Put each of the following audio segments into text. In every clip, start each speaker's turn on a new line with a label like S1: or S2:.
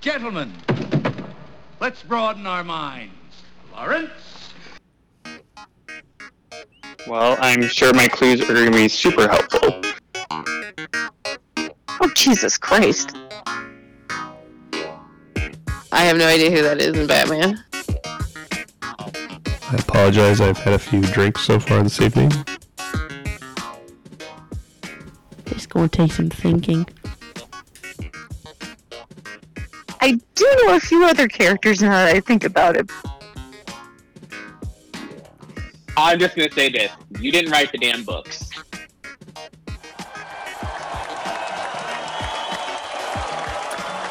S1: Gentlemen, let's broaden our minds. Lawrence?
S2: Well, I'm sure my clues are going to be super helpful.
S3: Oh, Jesus Christ. I have no idea who that is in Batman.
S4: I apologize. I've had a few drinks so far this evening.
S5: It's gonna take some thinking.
S3: I do know a few other characters now that I think about it.
S6: I'm just gonna say this: you didn't write the damn books.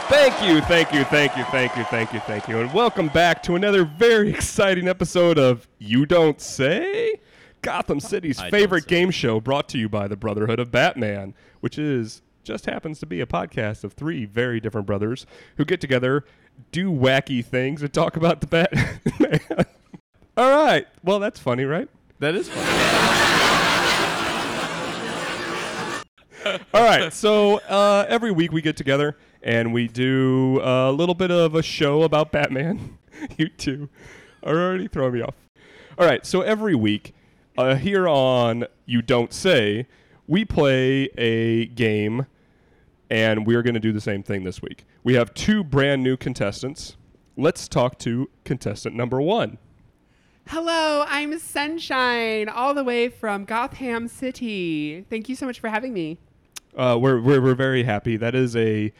S4: Thank you, thank you, thank you, thank you, thank you, thank you. And welcome back to another very exciting episode of You Don't Say? Gotham City's
S7: I don't
S4: favorite
S7: say.
S4: game show brought to you by the Brotherhood of Batman, which is just happens to be a podcast of three very different brothers who get together, do wacky things, and talk about the Batman. All right. Well, that's funny, right?
S7: That is fun.
S4: All right. So uh, every week we get together and we do a little bit of a show about Batman. you two are already throwing me off. All right. So every week uh, here on You Don't Say, we play a game and we're going to do the same thing this week. We have two brand new contestants. Let's talk to contestant number one.
S8: Hello, I'm Sunshine, all the way from Gotham City. Thank you so much for having me.
S4: Uh, we're, we're, we're very happy. That is a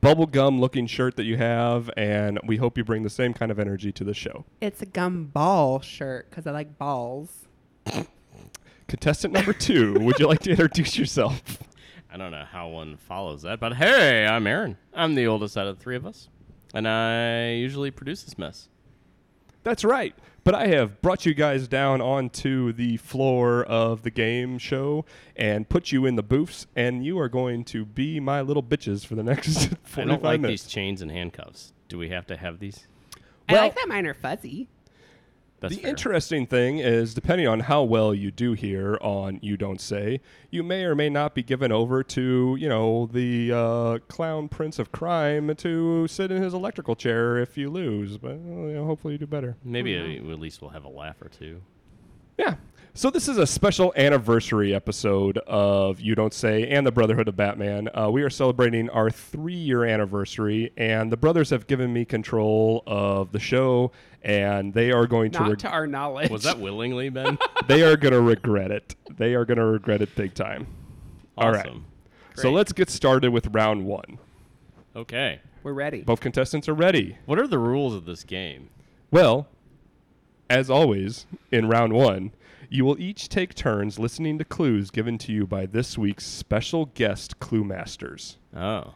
S4: bubblegum looking shirt that you have, and we hope you bring the same kind of energy to the show.
S8: It's a gumball shirt because I like balls.
S4: Contestant number two, would you like to introduce yourself?
S7: I don't know how one follows that, but hey, I'm Aaron. I'm the oldest out of the three of us, and I usually produce this mess.
S4: That's right. But I have brought you guys down onto the floor of the game show and put you in the booths, and you are going to be my little bitches for the next 45
S7: I don't like
S4: minutes.
S7: these chains and handcuffs. Do we have to have these?
S8: I
S4: Well-
S8: like that mine are fuzzy.
S7: That's
S4: the
S7: fair.
S4: interesting thing is, depending on how well you do here on You Don't Say, you may or may not be given over to, you know, the uh, clown prince of crime to sit in his electrical chair if you lose. But well, you know, hopefully you do better.
S7: Maybe uh, at least we'll have a laugh or two.
S4: Yeah. So this is a special anniversary episode of You Don't Say and the Brotherhood of Batman. Uh, we are celebrating our three-year anniversary, and the brothers have given me control of the show, and they are going
S8: Not
S4: to. reg-
S8: to our knowledge.
S7: Was that willingly, Ben?
S4: they are going to regret it. They are going to regret it big time. All right.
S7: Awesome.
S4: So let's get started with round one.
S7: Okay.
S8: We're ready.
S4: Both contestants are ready.
S7: What are the rules of this game?
S4: Well, as always, in round one, you will each take turns listening to clues given to you by this week's special guest clue masters.
S7: Oh.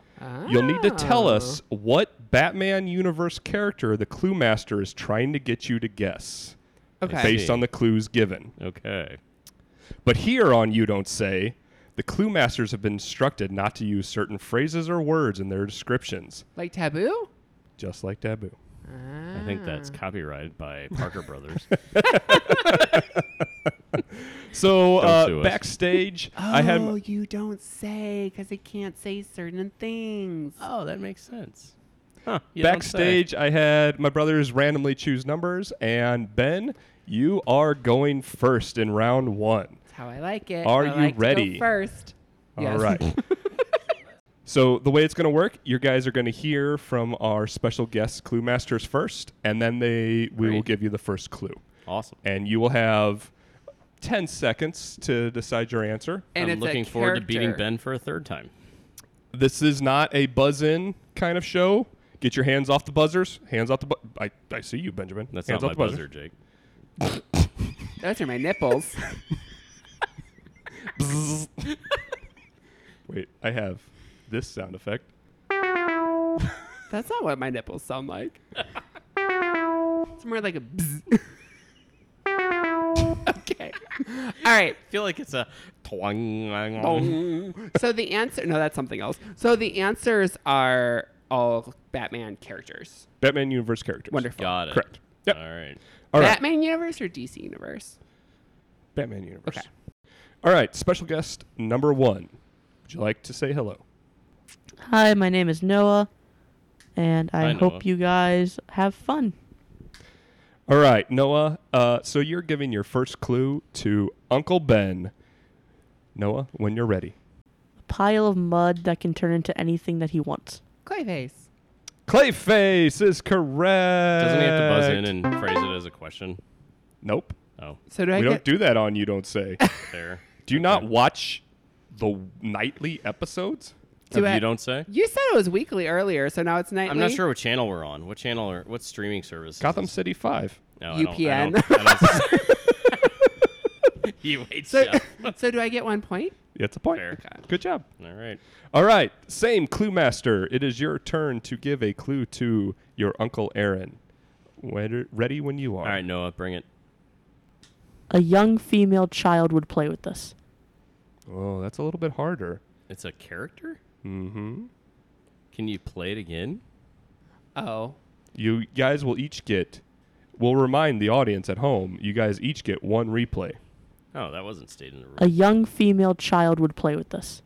S4: You'll need to tell us what Batman universe character the clue master is trying to get you to guess
S8: Okay.
S4: based on the clues given.
S7: Okay.
S4: But here on You Don't Say, the clue masters have been instructed not to use certain phrases or words in their descriptions,
S8: Like taboo?
S4: just like Taboo.
S8: Ah.
S7: I think that's copyrighted by Parker Brothers.
S4: So
S7: Don't
S4: uh,
S7: sue us.
S4: backstage,
S8: Oh,
S4: I had
S8: you don't say because they can't say certain things.
S7: oh, that makes sense. Huh. you uh, don't say.
S4: backstage. I had my brothers randomly choose numbers, and Ben, you are going first in round one.
S8: That's how I like it.
S4: Are
S8: I
S4: you
S8: like to go
S4: ready?
S8: first. Yes.
S4: All right. so the way it's going to work, your guys are going to hear from our special guest clue masters first, and then they we will
S7: Great.
S4: give you the first clue,
S7: Awesome.
S4: and you will have ten seconds to decide your answer.
S8: And
S7: I'm
S8: it's a
S7: looking forward to beating
S8: character.
S7: Ben for a third time.
S4: This is not a buzz in kind of show. Get your hands off the buzzers. Hands off the. Bu- I, I see you, Benjamin.
S7: That's
S4: hands
S7: not my
S4: off the
S7: buzzer, Jake.
S8: Those are my nipples.
S4: Wait, I have this sound effect.
S8: That's not what my nipples sound like. it's more like a bzz. okay. All right.
S7: I feel like it's a twang.
S8: So the answer no, that's something else. So the answers are all Batman characters.
S4: Batman universe characters.
S8: Wonderful.
S7: Got it.
S4: Correct. Yep.
S7: All right.
S4: All right.
S8: Batman universe or DC universe?
S4: Batman universe.
S8: Okay.
S4: All right. Special guest number one. Would you like to say hello?
S5: Hi, my name is Noah. and I,
S7: I know
S5: hope
S7: of.
S5: you guys have fun.
S4: All right, Noah. Uh, so you're giving your first clue to Uncle Ben. Noah, when you're ready.
S5: A pile of mud that can turn into anything that he wants.
S8: Clayface.
S4: Clayface is correct.
S7: Doesn't he have to buzz in and phrase it as a question?
S4: Nope.
S7: Oh,
S8: So do I
S4: We don't
S8: get?
S4: do that on You Don't Say.
S7: fair.
S4: do you not watch the nightly episodes?
S8: do
S7: If
S8: I-
S7: you don't say.
S8: You said it was weekly earlier, so now it's nightly.
S7: I'm not sure what channel we're on. What channel or what streaming service? is
S4: Gotham
S7: this?
S4: City 5.
S7: No, I don't- I
S8: UPN.
S7: don't- I don't- He waits
S8: So,
S7: up.
S8: so do I get one point?
S4: It's a point.
S7: Fair.
S4: Good job.
S7: All right.
S4: All right, same clue master. It is your turn to give a clue to your Uncle Aaron. Wed- Ready when you are.
S7: All right, Noah, bring it.
S5: A young female child would play with this.
S4: Oh, that's a little bit harder.
S7: It's a character?
S4: Mm-hmm.
S7: Can you play it again?
S8: Oh.
S4: You guys will each get. We'll remind the audience at home. You guys each get one replay.
S7: Oh, that wasn't stated in the
S5: A
S7: rule.
S5: young female child would play with this.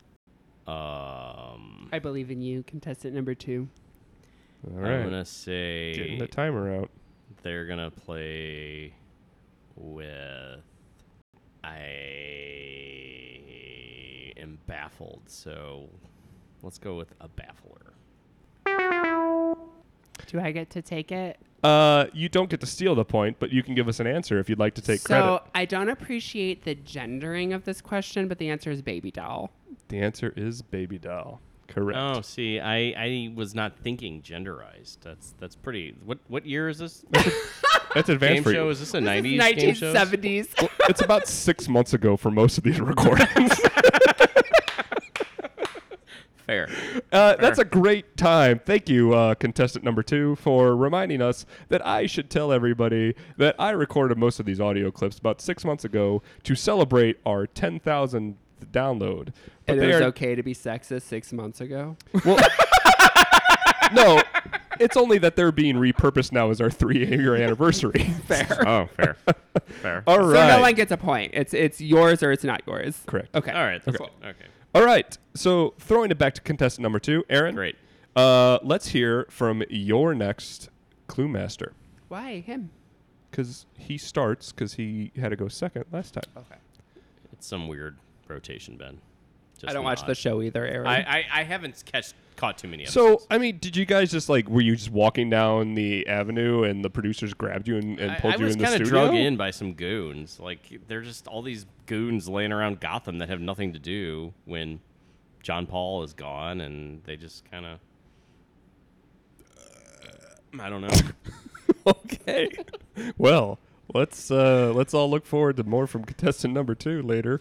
S7: Um,
S8: I believe in you, contestant number two.
S4: All
S7: I'm
S4: right,
S7: gonna say
S4: getting the timer out.
S7: they're gonna play with. I am baffled, so let's go with a baffler.
S8: Do I get to take it?
S4: Uh, you don't get to steal the point, but you can give us an answer if you'd like to take
S8: so
S4: credit.
S8: I don't appreciate the gendering of this question, but the answer is baby doll.
S4: The answer is baby doll. Correct.
S7: Oh, see, I, I was not thinking genderized. That's that's pretty. What what year is this?
S4: That's advanced
S7: game
S4: for you.
S7: show? Is this a nineties game show?
S8: 1970s.
S4: it's about six months ago for most of these recordings.
S7: Fair.
S4: Uh, that's a great time. Thank you, uh, contestant number two, for reminding us that I should tell everybody that I recorded most of these audio clips about six months ago to celebrate our 10,000th download. But
S8: And it
S4: they
S8: was
S4: are-
S8: okay to be sexist six months ago.
S4: well, no, it's only that they're being repurposed now as our three-year anniversary.
S8: Fair.
S7: Oh, fair. Fair.
S4: All
S8: so
S4: right.
S8: no one gets a point. It's it's yours or it's not yours.
S4: Correct.
S8: Okay.
S7: All right. That's okay. okay.
S4: All right. So throwing it back to contestant number two, Aaron.
S7: Great.
S4: Uh, let's hear from your next clue master.
S8: Why him?
S4: because he starts because he had to go second last time.
S8: Okay.
S7: It's some weird rotation, Ben. Just
S8: I don't watch
S7: not-
S8: the show either, Aaron.
S7: I, I, I haven't catch, caught too many episodes.
S4: So I mean, did you guys just like were you just walking down the avenue and the producers grabbed you and, and
S7: I,
S4: pulled
S7: I
S4: you
S7: was
S4: in the
S7: kind
S4: studio?
S7: of drug in by some goons. Like they're just all these goons laying around Gotham that have nothing to do when John Paul is gone, and they just kind of. I don't know.
S4: okay. well, let's uh, let's all look forward to more from contestant number two later.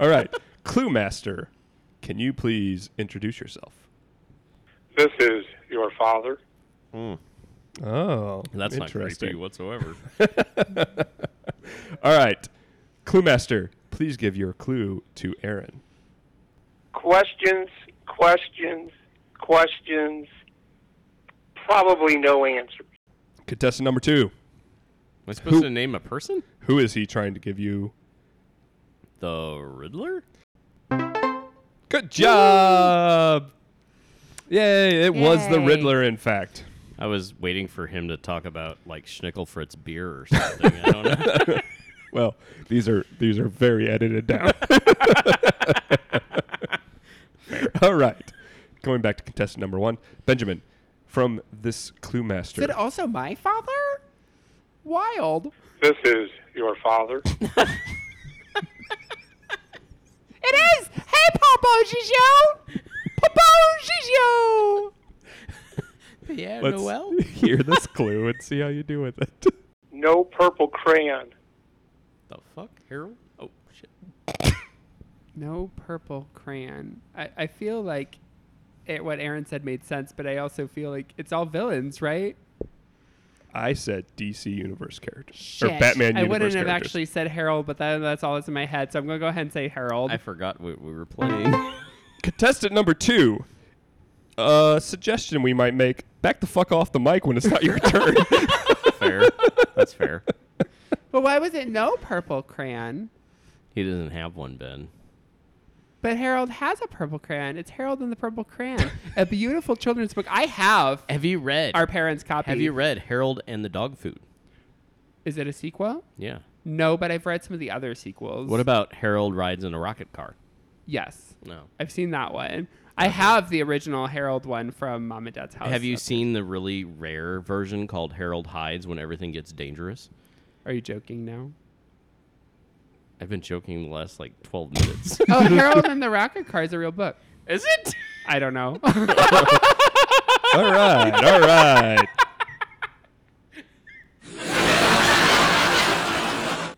S4: all right, Clue Master, can you please introduce yourself?
S9: This is your father.
S4: Oh,
S7: Hmm. That's not creepy
S4: interesting.
S7: whatsoever.
S4: all right, Clue Master, please give your clue to Aaron.
S9: Questions, questions, questions, probably no answers.
S4: Contestant number two,
S7: Am I supposed
S4: Who-
S7: to name a person?
S4: who is he trying to give you
S7: The Riddler?
S4: Good job. Yay, it was the
S3: Yay.
S4: Riddler, in fact.
S7: I was waiting for him to talk about like Schnickelfritz beer or something. I don't know.
S4: Well, these are these are very edited down. All right. Going back to contestant number one, Benjamin, from this clue
S8: is
S4: master.
S8: it also my father? Wild.
S9: This is your father.
S8: It is. Hey, Papa Gigio. Papa Gigio. Yeah,
S4: Let's
S8: Noel.
S4: hear this clue and see how you do with it.
S9: No purple crayon.
S7: the fuck, Harold? Oh shit.
S8: No purple crayon. I, I feel like it, what Aaron said made sense, but I also feel like it's all villains, right?
S4: I said DC Universe characters. Or
S8: Shit.
S4: Batman
S8: I
S4: Universe
S8: wouldn't have
S4: characters.
S8: actually said Harold, but that, that's all that's in my head. So I'm going to go ahead and say Harold.
S7: I forgot what we were playing.
S4: Contestant number two. Uh suggestion we might make. Back the fuck off the mic when it's not your turn.
S7: fair. That's fair.
S8: but why was it no purple crayon?
S7: He doesn't have one, Ben.
S8: But Harold has a purple crayon. It's Harold and the Purple Crayon, a beautiful children's book. I have
S7: Have you read?
S8: our parents' copy.
S7: have you read Harold and the Dog Food?
S8: Is it a sequel?
S7: Yeah.
S8: No, but I've read some of the other sequels.
S7: What about Harold rides in a rocket car?
S8: Yes,
S7: No.
S8: I've seen that one. I have the original Harold one from Mom and Dad's house.
S7: Have you seen the really rare version called Harold hides when everything gets dangerous?
S8: Are you joking now?
S7: I've been joking the last like twelve minutes.
S8: Oh, Harold and the Rocket Car is a real book.
S7: Is it?
S8: I don't know.
S4: all right, all right.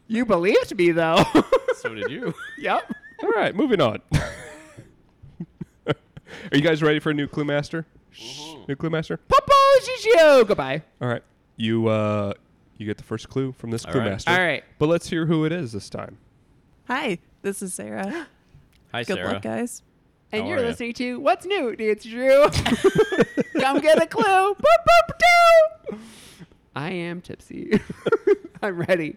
S8: you believed me though.
S7: So did you.
S8: yep.
S4: All right, moving on. Are you guys ready for a new Clue Master? Shh,
S7: Mm-hmm.
S4: New Clue Master?
S8: Popo Gigio. Goodbye.
S4: All right. You uh you get the first clue from this Clue
S7: right.
S4: Master.
S8: All right.
S4: But let's hear who it is this time.
S10: Hi, this is Sarah.
S7: Hi,
S10: Good
S7: Sarah.
S10: luck, guys.
S8: And
S7: How
S8: you're
S7: are ya?
S8: listening to What's New, It's Drew. Come get a clue. Boop, boop, doo. I am tipsy. I'm ready.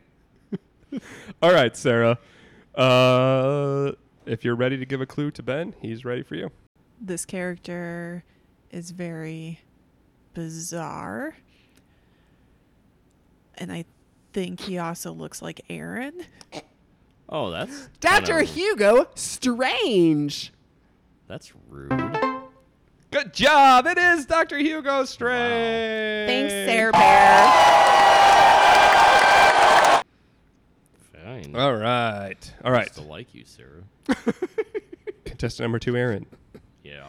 S4: All right, Sarah. Uh if you're ready to give a clue to Ben, he's ready for you.
S10: This character is very bizarre. And I think he also looks like Aaron.
S7: Oh, that's
S8: Dr.
S7: kinda-
S8: Hugo Strange.
S7: That's rude.
S4: Good job. It is Dr. Hugo Strange.
S10: Thanks, Sarah Bear.
S7: Fine.
S4: All right. All
S7: I
S4: right.
S7: still like you, Sarah.
S4: Contestant number 2, Aaron.
S7: Yeah.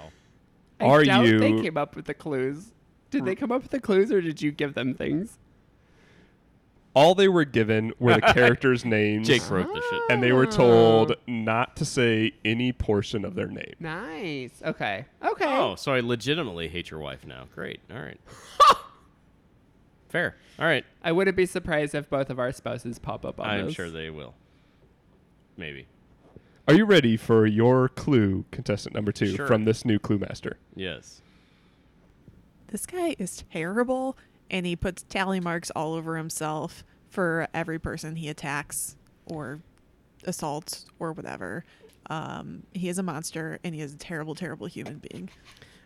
S8: I
S4: Are
S8: doubt
S4: you-
S8: They came up with the clues. Did they come up with the clues or did you give them things?
S4: All they were given were the characters' names.
S7: Jake wrote the shit.
S4: and they were told not to say any portion of their name.
S8: Nice. Okay. Okay.
S7: Oh, so I legitimately hate your wife now. Great. All right. Fair. All right.
S8: I wouldn't be surprised if both of our spouses pop up on
S7: I'm
S8: this.
S7: sure they will. Maybe.
S4: Are you ready for your clue, contestant number two,
S7: Sure.
S4: from this new clue master?
S7: Yes.
S10: This guy is terrible and he puts tally marks all over himself for every person he attacks or assaults or whatever. Um, he is a monster and he is a terrible, terrible human being.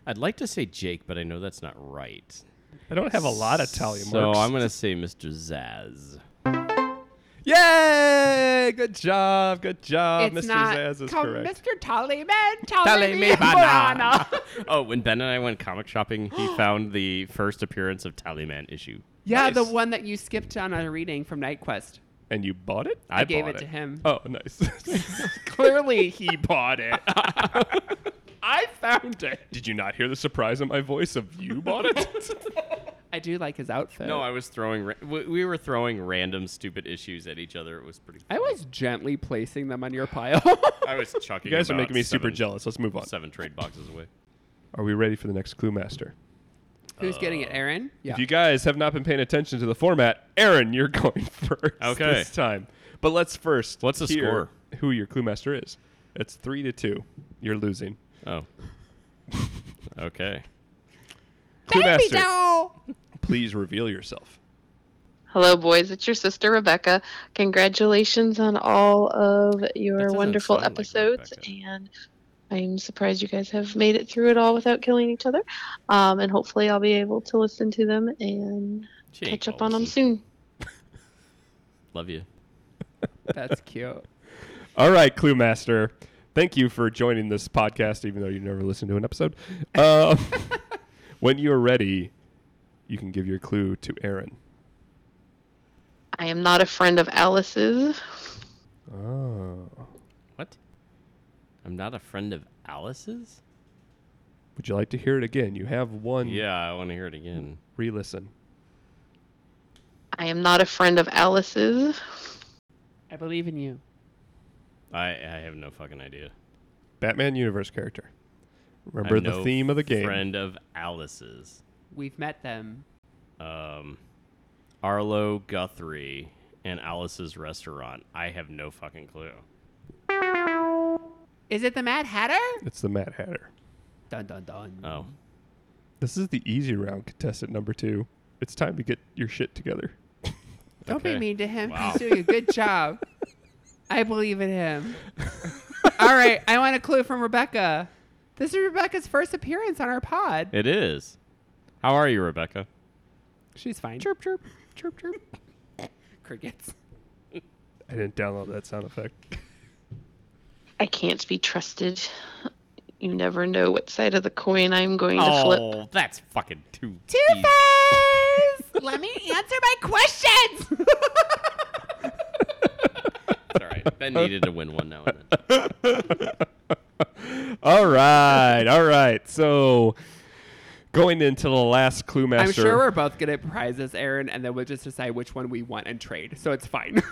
S7: I'd like to say Jake, but I know that's not right.
S4: I don't have a lot of tally
S7: so I'm gonna say Mr. Zaz.
S4: Yay! Good job, good job.
S8: It's
S4: Mr.
S8: not
S4: Uh, Zaz is
S8: come,
S4: correct.
S8: Mr. Tallyman, tally,
S7: Tally
S8: me
S7: me banana.
S8: banana.
S7: Oh, when Ben and I went comic shopping, he found the first appearance of Tallyman issue.
S8: yeah, the
S7: Nice.
S8: one that you skipped on a reading from Night Quest.
S4: And you bought it?
S8: I, gave
S4: bought
S8: it, to him.
S4: Oh, nice.
S8: Clearly, he bought it. I found it.
S4: Did you not hear the surprise in my voice of you bought it?
S8: I do like his outfit.
S7: No, I was throwing. Ra- we, we were throwing random stupid issues at each other. It was pretty.
S8: I
S7: funny.
S8: was gently placing them on your pile.
S7: I was chucking.
S4: you guys are
S7: about
S4: making me super
S7: seven-
S4: jealous. Let's move on.
S7: Seven trade boxes away.
S4: Are we ready for the next clue master?
S8: Who's getting it,
S7: Uh,
S8: Aaron? Yeah.
S4: If you guys have not been paying attention to the format, Aaron, you're going first
S7: Okay.
S4: this time. But let's first
S7: What's the
S4: hear
S7: score?
S4: Who your clue master is? It's three to two. You're losing.
S7: Oh. okay.
S4: Clue master, please reveal yourself.
S11: Hello, boys. It's your sister, Rebecca. Congratulations on all of your
S7: doesn't
S11: wonderful
S7: sound like
S11: episodes.
S7: Rebecca.
S11: and I'm surprised you guys have made it through it all without killing each other. Um, and hopefully, I'll be able to listen to them and catch up on them
S7: Jingles.
S11: soon.
S7: Love you.
S8: That's cute.
S4: All right, clue master. Thank you for joining this podcast, even though you never listened to an episode. Um, when you are ready, you can give your clue to Aaron.
S11: I am not a friend of Alice's.
S4: Oh.
S7: What? I'm not a friend of Alice's.
S4: Would you like to hear it again? You have one
S7: Yeah, I want to hear it again.
S4: re-listen.
S11: I am not a friend of Alice's.
S8: I believe in you.
S7: I I have no fucking idea.
S4: Batman universe character. Remember
S7: I'm
S4: the
S7: no
S4: theme of the game.
S7: Friend of Alice's.
S8: We've met them.
S7: Um, Arlo Guthrie and Alice's restaurant. I have no fucking clue.
S8: Is it the Mad Hatter?
S4: It's the Mad Hatter.
S8: Dun dun dun.
S7: Oh.
S4: This is the easy round contestant number two. It's time to get your shit together.
S8: Don't be
S7: Okay.
S8: mean to him.
S7: Wow.
S8: He's doing a good job. I believe in him. All All right, I want a clue from Rebecca. This is Rebecca's first appearance on our pod.
S7: It is. How are you, Rebecca?
S8: She's fine. Chirp, chirp, chirp, chirp. Crickets.
S4: I didn't download that sound effect.
S11: I can't be trusted. You never know what side of the coin I'm going to flip.
S7: Oh, that's fucking too.
S11: Two
S7: easy.
S11: face.
S12: Let me answer my questions.
S7: It's all right. Ben needed to win one now and then.
S4: all right, all right. So going into the last clue master.
S8: I'm sure we're both good at prizes, Aaron, and then we'll just decide which one we want and trade. So it's fine.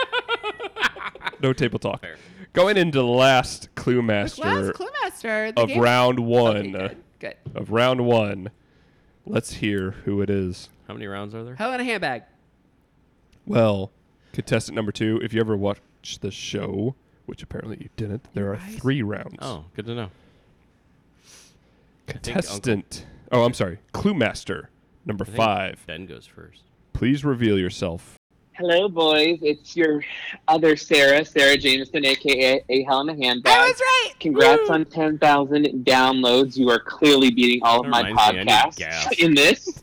S4: no table talk. Going into the last clue master.
S8: last clue master, the
S4: of
S8: game-
S4: round one.
S8: good,
S4: Of round one. Let's hear who it is.
S7: How many rounds are there?
S8: Hell in a handbag.
S4: Well, contestant number two. If you ever watched the show, which apparently you didn't, there are three rounds.
S7: Oh, good to know. think Uncle-
S4: Contestant. Oh, I'm sorry. Clue master number
S7: I think
S4: five.
S7: Ben goes first.
S4: Please reveal yourself.
S6: Hello, boys. It's your other Sarah, Sarah Jameson, aka a Helena Handbag. I was
S12: right.
S6: Congrats on ten thousand downloads. You are clearly beating all of my
S12: reminds me, I need
S6: podcasts
S12: gas.
S6: in this,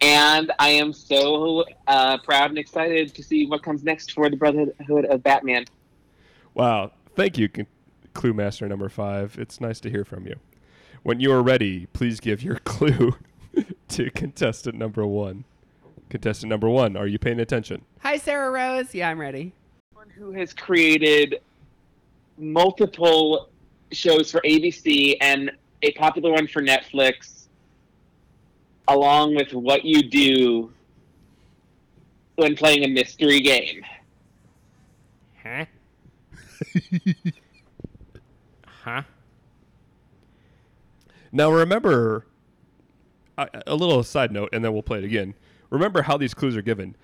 S6: and I am so uh, proud and excited to see what comes next for the Brotherhood of Batman.
S4: Wow. Thank you, con- Clue Master number five. It's nice to hear from you. When you are ready, please give your clue to contestant number one. Contestant number one, are you paying attention?
S8: Hi, Sarah Rose. Yeah, I'm ready.
S6: who has created multiple shows for ABC and a popular one for Netflix, along with what you do when playing a mystery game.
S7: Huh? huh?
S4: Now, remember a, a little side note, and then we'll play it again. Remember how these clues are given.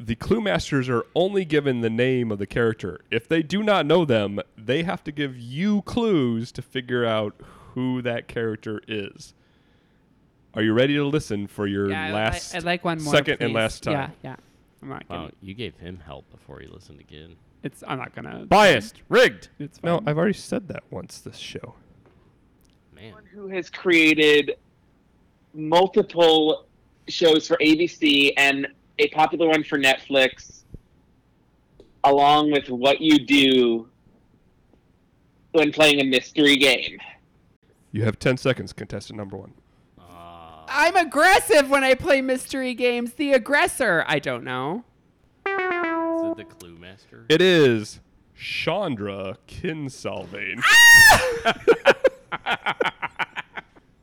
S4: The clue masters are only given the name of the character. If they do not know them, they have to give you clues to figure out who that character is. Are you ready to listen for your
S8: Yeah, I'd li-
S4: last,
S8: I'd like one more,
S4: second and
S8: please.
S4: last time? Uh,
S8: Yeah, yeah. I'm not
S7: Wow,
S8: gonna-
S7: you gave him help before he listened again.
S8: It's I'm not gonna
S4: Biased, rigged.
S8: It's fine.
S4: No, I've already said that once this show.
S6: Who has created multiple shows for ABC and a popular one for Netflix, along with what you do when playing a mystery game.
S4: You have 10 seconds, contestant number one.
S8: I'm aggressive when I play mystery games. The aggressor. I don't know.
S7: Is it the clue master?
S4: It is Chandra Kinsolving.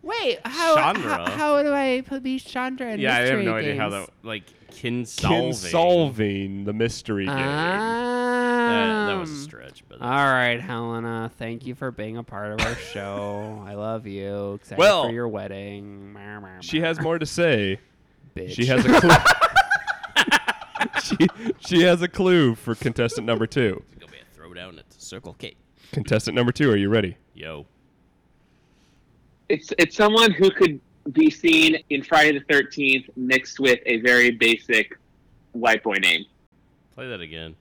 S8: Wait, how
S7: Chandra?
S8: how, how do I put be Chandra in
S7: yeah, I
S8: mystery
S7: have no idea how
S8: games?
S7: that like kin solving.
S4: Kinsolving, the mystery game.
S8: Ah. That,
S7: that was a stretch, but
S8: Um, all right, Helena. Thank you for being a part of our show. I love you. Excited
S4: Well-
S8: for your wedding. Meow, meow,
S4: She
S8: meow.
S4: has more to say.
S8: Bitch.
S4: She has a clue. she, she has a clue for contestant number two.
S7: It's gonna be a throwdown at the Circle K.
S4: Contestant number two, are you ready?
S7: Yo,
S6: It's it's someone who could be seen in Friday the Thirteenth mixed with a very basic white boy name.
S7: play that again.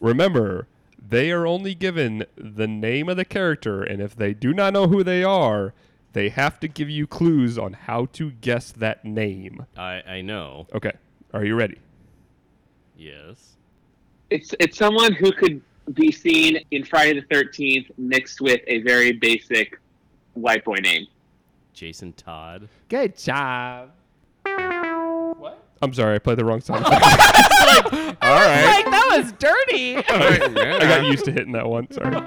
S4: Remember, they are only given the name of the character, and if they do not know who they are, they have to give you clues on how to guess that name.
S7: I I know.
S4: Okay, are you ready?
S7: Yes.
S6: It's it's someone who could be seen in Friday the Thirteenth mixed with a very basic white boy name.
S7: Jason Todd.
S8: Good job.
S4: I'm sorry, I played the wrong song. All right.
S8: Like that was dirty.
S4: I got used to hitting that one. Sorry.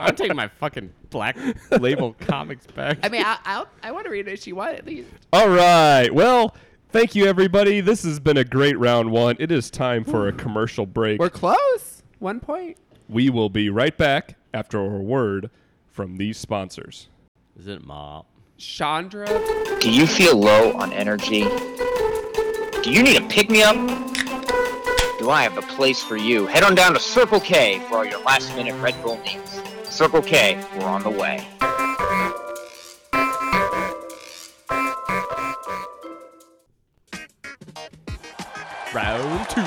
S7: I'm taking my fucking black label comics back.
S8: I mean, I I'll, I want to read it. She wanted at least.
S4: All right. Well, thank you, everybody. This has been a great round one. It is time for a commercial break.
S8: We're close. One point.
S4: We will be right back after a word from these sponsors.
S7: Is it mop?
S8: Chandra.
S13: Do you feel low on energy? Do you need a pick me up? Do I have a place for you? Head on down to Circle K for all your last minute Red Bull needs. Circle K, we're on the way.
S7: Round two.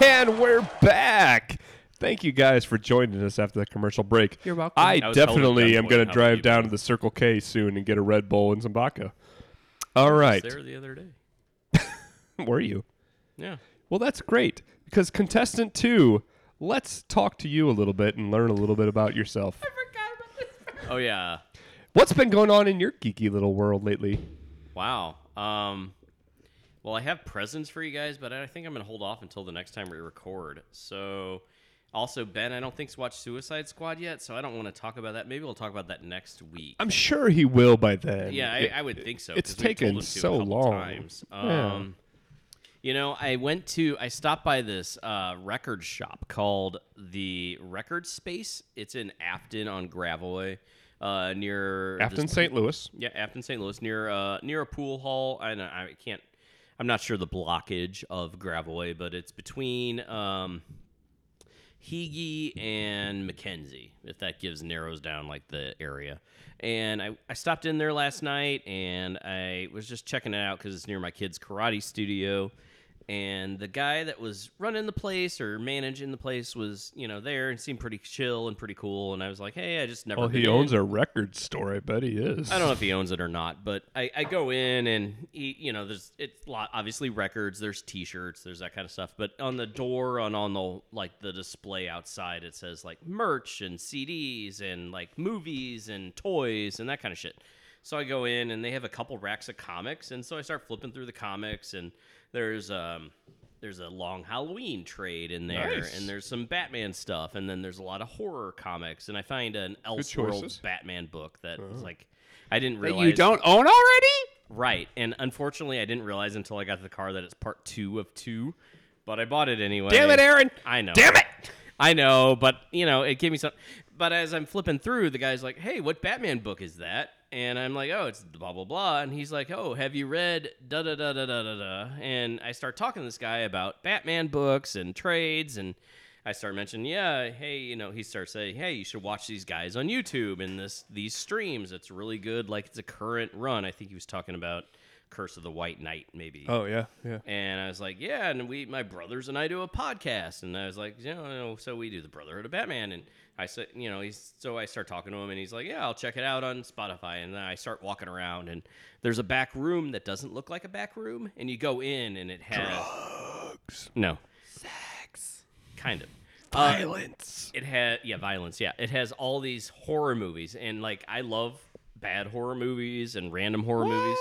S4: And we're back. Thank you guys for joining us after that commercial break.
S8: You're welcome.
S4: I,
S8: I was held at
S4: definitely am
S8: gunpoint.
S4: going
S8: How
S4: to
S8: would
S4: drive
S8: you
S4: down to the Circle K soon and get a Red Bull and some vodka. All right.
S7: there the other day.
S4: Were you?
S7: Yeah.
S4: Well, that's great because contestant two, let's talk to you a little bit and learn a little bit about yourself.
S7: Oh yeah.
S4: What's been going on in your geeky little world lately?
S7: Wow. Um, well, I have presents for you guys, but I think I'm gonna hold off until the next time we record. So, also Ben, I don't think's watched Suicide Squad yet, so I don't want to talk about that. Maybe we'll talk about that next week.
S4: I'm sure he will by then.
S7: Yeah, I,
S4: It-
S7: I would think so.
S4: It's
S7: 'cause we've told
S4: taken
S7: him to a
S4: so
S7: couple
S4: long.
S7: Times.
S4: Yeah.
S7: Um, You know, I went to, I stopped by this uh, record shop called the Record Space. It's in Afton on Gravoy, uh, near
S4: Afton,
S7: this-
S4: St. Louis.
S7: Yeah, Afton, St. Louis, near uh, near a pool hall. I know, I can't. I'm not sure the blockage of Gravoy, but it's between um, Higi and McKenzie, if that gives narrows down like the area. And I, I stopped in there last night and I was just checking it out because it's near my kid's karate studio. And the guy that was running the place or managing the place was, you know, there and seemed pretty chill and pretty cool. And I was like, hey, I just never.
S4: Well, Oh, he
S7: been
S4: owns
S7: in.
S4: a record store. I bet he is.
S7: I don't know if he owns it or not, but I, I go in and he, you know, there's it's lot obviously records, there's T-shirts, there's that kind of stuff. But on the door and on the like the display outside, it says like merch and CDs and like movies and toys and that kind of shit. So I go in and they have a couple racks of comics, and so I start flipping through the comics and there's um there's a long Halloween trade in there,
S14: Nice.
S7: and there's some Batman stuff, and then there's a lot of horror comics, and I find an
S8: choices.
S7: Elseworlds Batman book that was like I didn't
S8: Uh-huh. That you
S7: realize
S8: don't own already?
S7: Right, and unfortunately, I didn't realize until I got to the car that it's part two of two, but I bought it anyway.
S8: Damn it, Aaron!
S7: I know.
S8: Damn it!
S7: I know, but you know, it gave me some. But as I'm flipping through, the guy's like, "Hey, what Batman book is that?" And I'm like, "Oh, it's blah blah blah." And he's like, "Oh, have you read da da da da da da da?" And I start talking to this guy about Batman books and trades, and I start mentioning, "Yeah, hey, you know," he starts saying, "Hey, you should watch these guys on YouTube and this these streams. It's really good. Like it's a current run. I think he was talking about Curse of the White Knight, maybe."
S4: Oh, yeah, yeah.
S7: And I was like, yeah, and we, my brothers and I do a podcast. And I was like, you know, so we do the Brotherhood of Batman. And I said, you know, he's, so I start talking to him and he's like, yeah, I'll check it out on Spotify. And then I start walking around and there's a back room that doesn't look like a back room. And you go in and it has drugs. No. Sex. Kind of. Uh,
S4: Violence.
S7: it had, yeah, violence. Yeah. It has all these horror movies. And like, I love bad horror movies and random horror movies.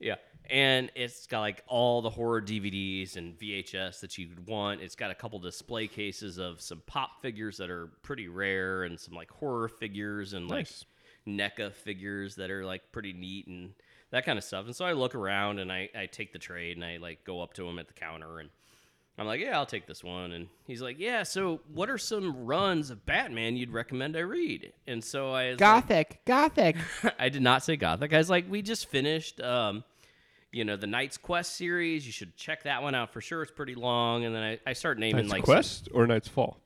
S7: Yeah. And it's got like all the horror DVDs and VHS that you'd want. It's got a couple display cases of some pop figures that are pretty rare and some like horror figures and like
S4: Nice.
S7: NECA figures that are like pretty neat and that kind of stuff. And so I look around and I, I take the trade and I like go up to him at the counter and I'm like, yeah, I'll take this one. And he's like, yeah, so what are some runs of Batman you'd recommend I read? And so I was like-
S8: Gothic, gothic.
S7: I did not say gothic. I was like, we just finished, um, you know, the Knight's Quest series. You should check that one out for sure. It's pretty long. And then I, I start naming
S4: Knight's
S7: like
S4: Quest or Knight's Fall?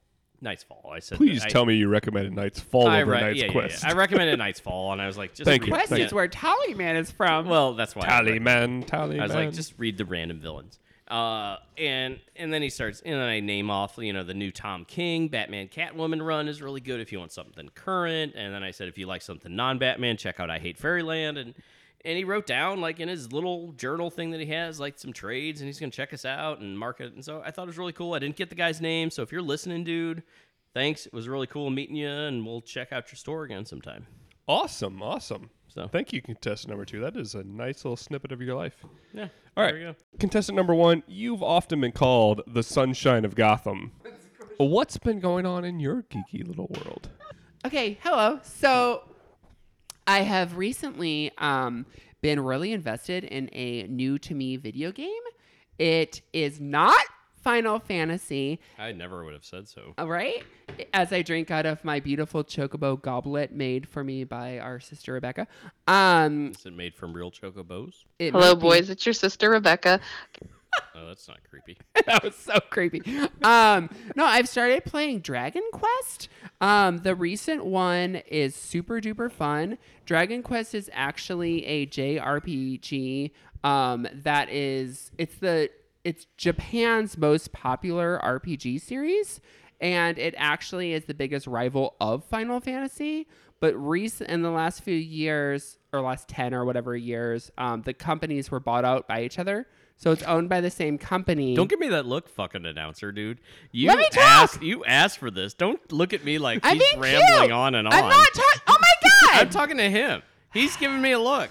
S7: Knight's Fall. I said,
S4: Please
S7: I-
S4: tell me you recommended Knight's Fall
S7: I
S4: over
S7: re-
S4: Knight's
S7: yeah, yeah,
S4: Quest.
S7: yeah. I recommended Knight's Fall, and I was like, just
S4: Thank
S7: read
S4: you.
S7: that.
S8: Quest is where Tally Man is from.
S7: Well, that's why.
S4: Tally man, tally
S7: I was
S4: man.
S7: like, just read the random villains. Uh, and and then he starts, and then I name off, you know, the new Tom King Batman Catwoman run is really good if you want something current. And then I said, if you like something non-Batman, check out I Hate Fairyland. And and he wrote down like in his little journal thing that he has, like some trades, and he's gonna check us out and market. And so I thought it was really cool. I didn't get the guy's name, so if you're listening, dude, thanks. It was really cool meeting you, and we'll check out your store again sometime.
S4: Awesome, awesome.
S7: So
S4: thank you, contestant number two. That is a nice little snippet of your life.
S7: Yeah.
S4: All right. Contestant number one, you've often been called the sunshine of Gotham. What's been going on in your geeky little world?
S8: Okay, hello. So I have recently um, been really invested in a new to me video game. It is not Final Fantasy,
S7: I never would have said so.
S8: all Uh, right? As I drink out of my beautiful chocobo goblet made for me by our sister Rebecca. Um,
S7: Is it made from real chocobos?
S8: it
S11: Hello,
S8: might be-
S11: boys. It's your sister Rebecca.
S7: Oh, that's not creepy.
S8: that was so creepy. Um, no, I've started playing Dragon Quest. Um, the recent one is super duper fun. Dragon Quest is actually a JRPG. Um, that is, it's the it's Japan's most popular RPG series, and it actually is the biggest rival of Final Fantasy. But recent in the last few years, or last ten or whatever years, um, the companies were bought out by each other. So it's owned by the same company.
S7: Don't give me that look, fucking announcer, dude. You
S8: Let me talk!
S7: asked you asked for this. Don't look at me like
S8: I'm
S7: he's
S8: being
S7: rambling
S8: cute!
S7: on and on.
S8: I'm not talking. Oh my god!
S7: I'm talking to him. He's giving me a look.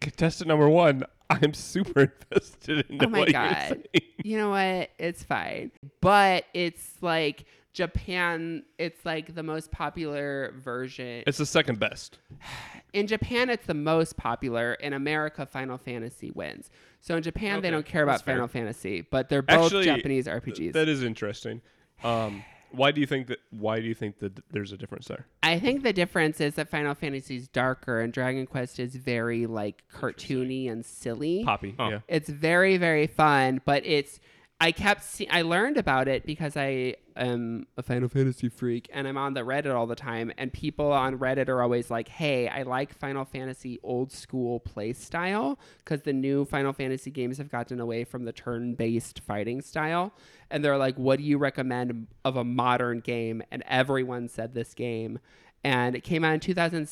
S4: Contestant number one, I'm super invested in
S8: oh my
S4: what you're
S8: god
S4: saying.
S8: you know what it's fine but it's like japan it's like the most popular version
S4: It's the second best.
S8: in japan it's the most popular in america final fantasy wins so in japan they
S4: Okay,
S8: don't care about
S4: that's fair.
S8: final fantasy but they're both
S4: Actually,
S8: japanese
S4: th-
S8: rpgs
S4: that is interesting. Um, why do you think that? Why do you think that there's a difference there?
S8: I think the difference is that Final Fantasy is darker and Dragon Quest is very like cartoony and silly.
S4: Poppy, Huh. yeah.
S8: It's very very fun, but it's I kept see- I learned about it because I um, am a Final Fantasy freak and I'm on the Reddit all the time and people on Reddit are always like, "Hey, I like Final Fantasy old school play style cuz the new Final Fantasy games have gotten away from the turn-based fighting style." And they're like, "What do you recommend of a modern game?" And everyone said this game and it came out in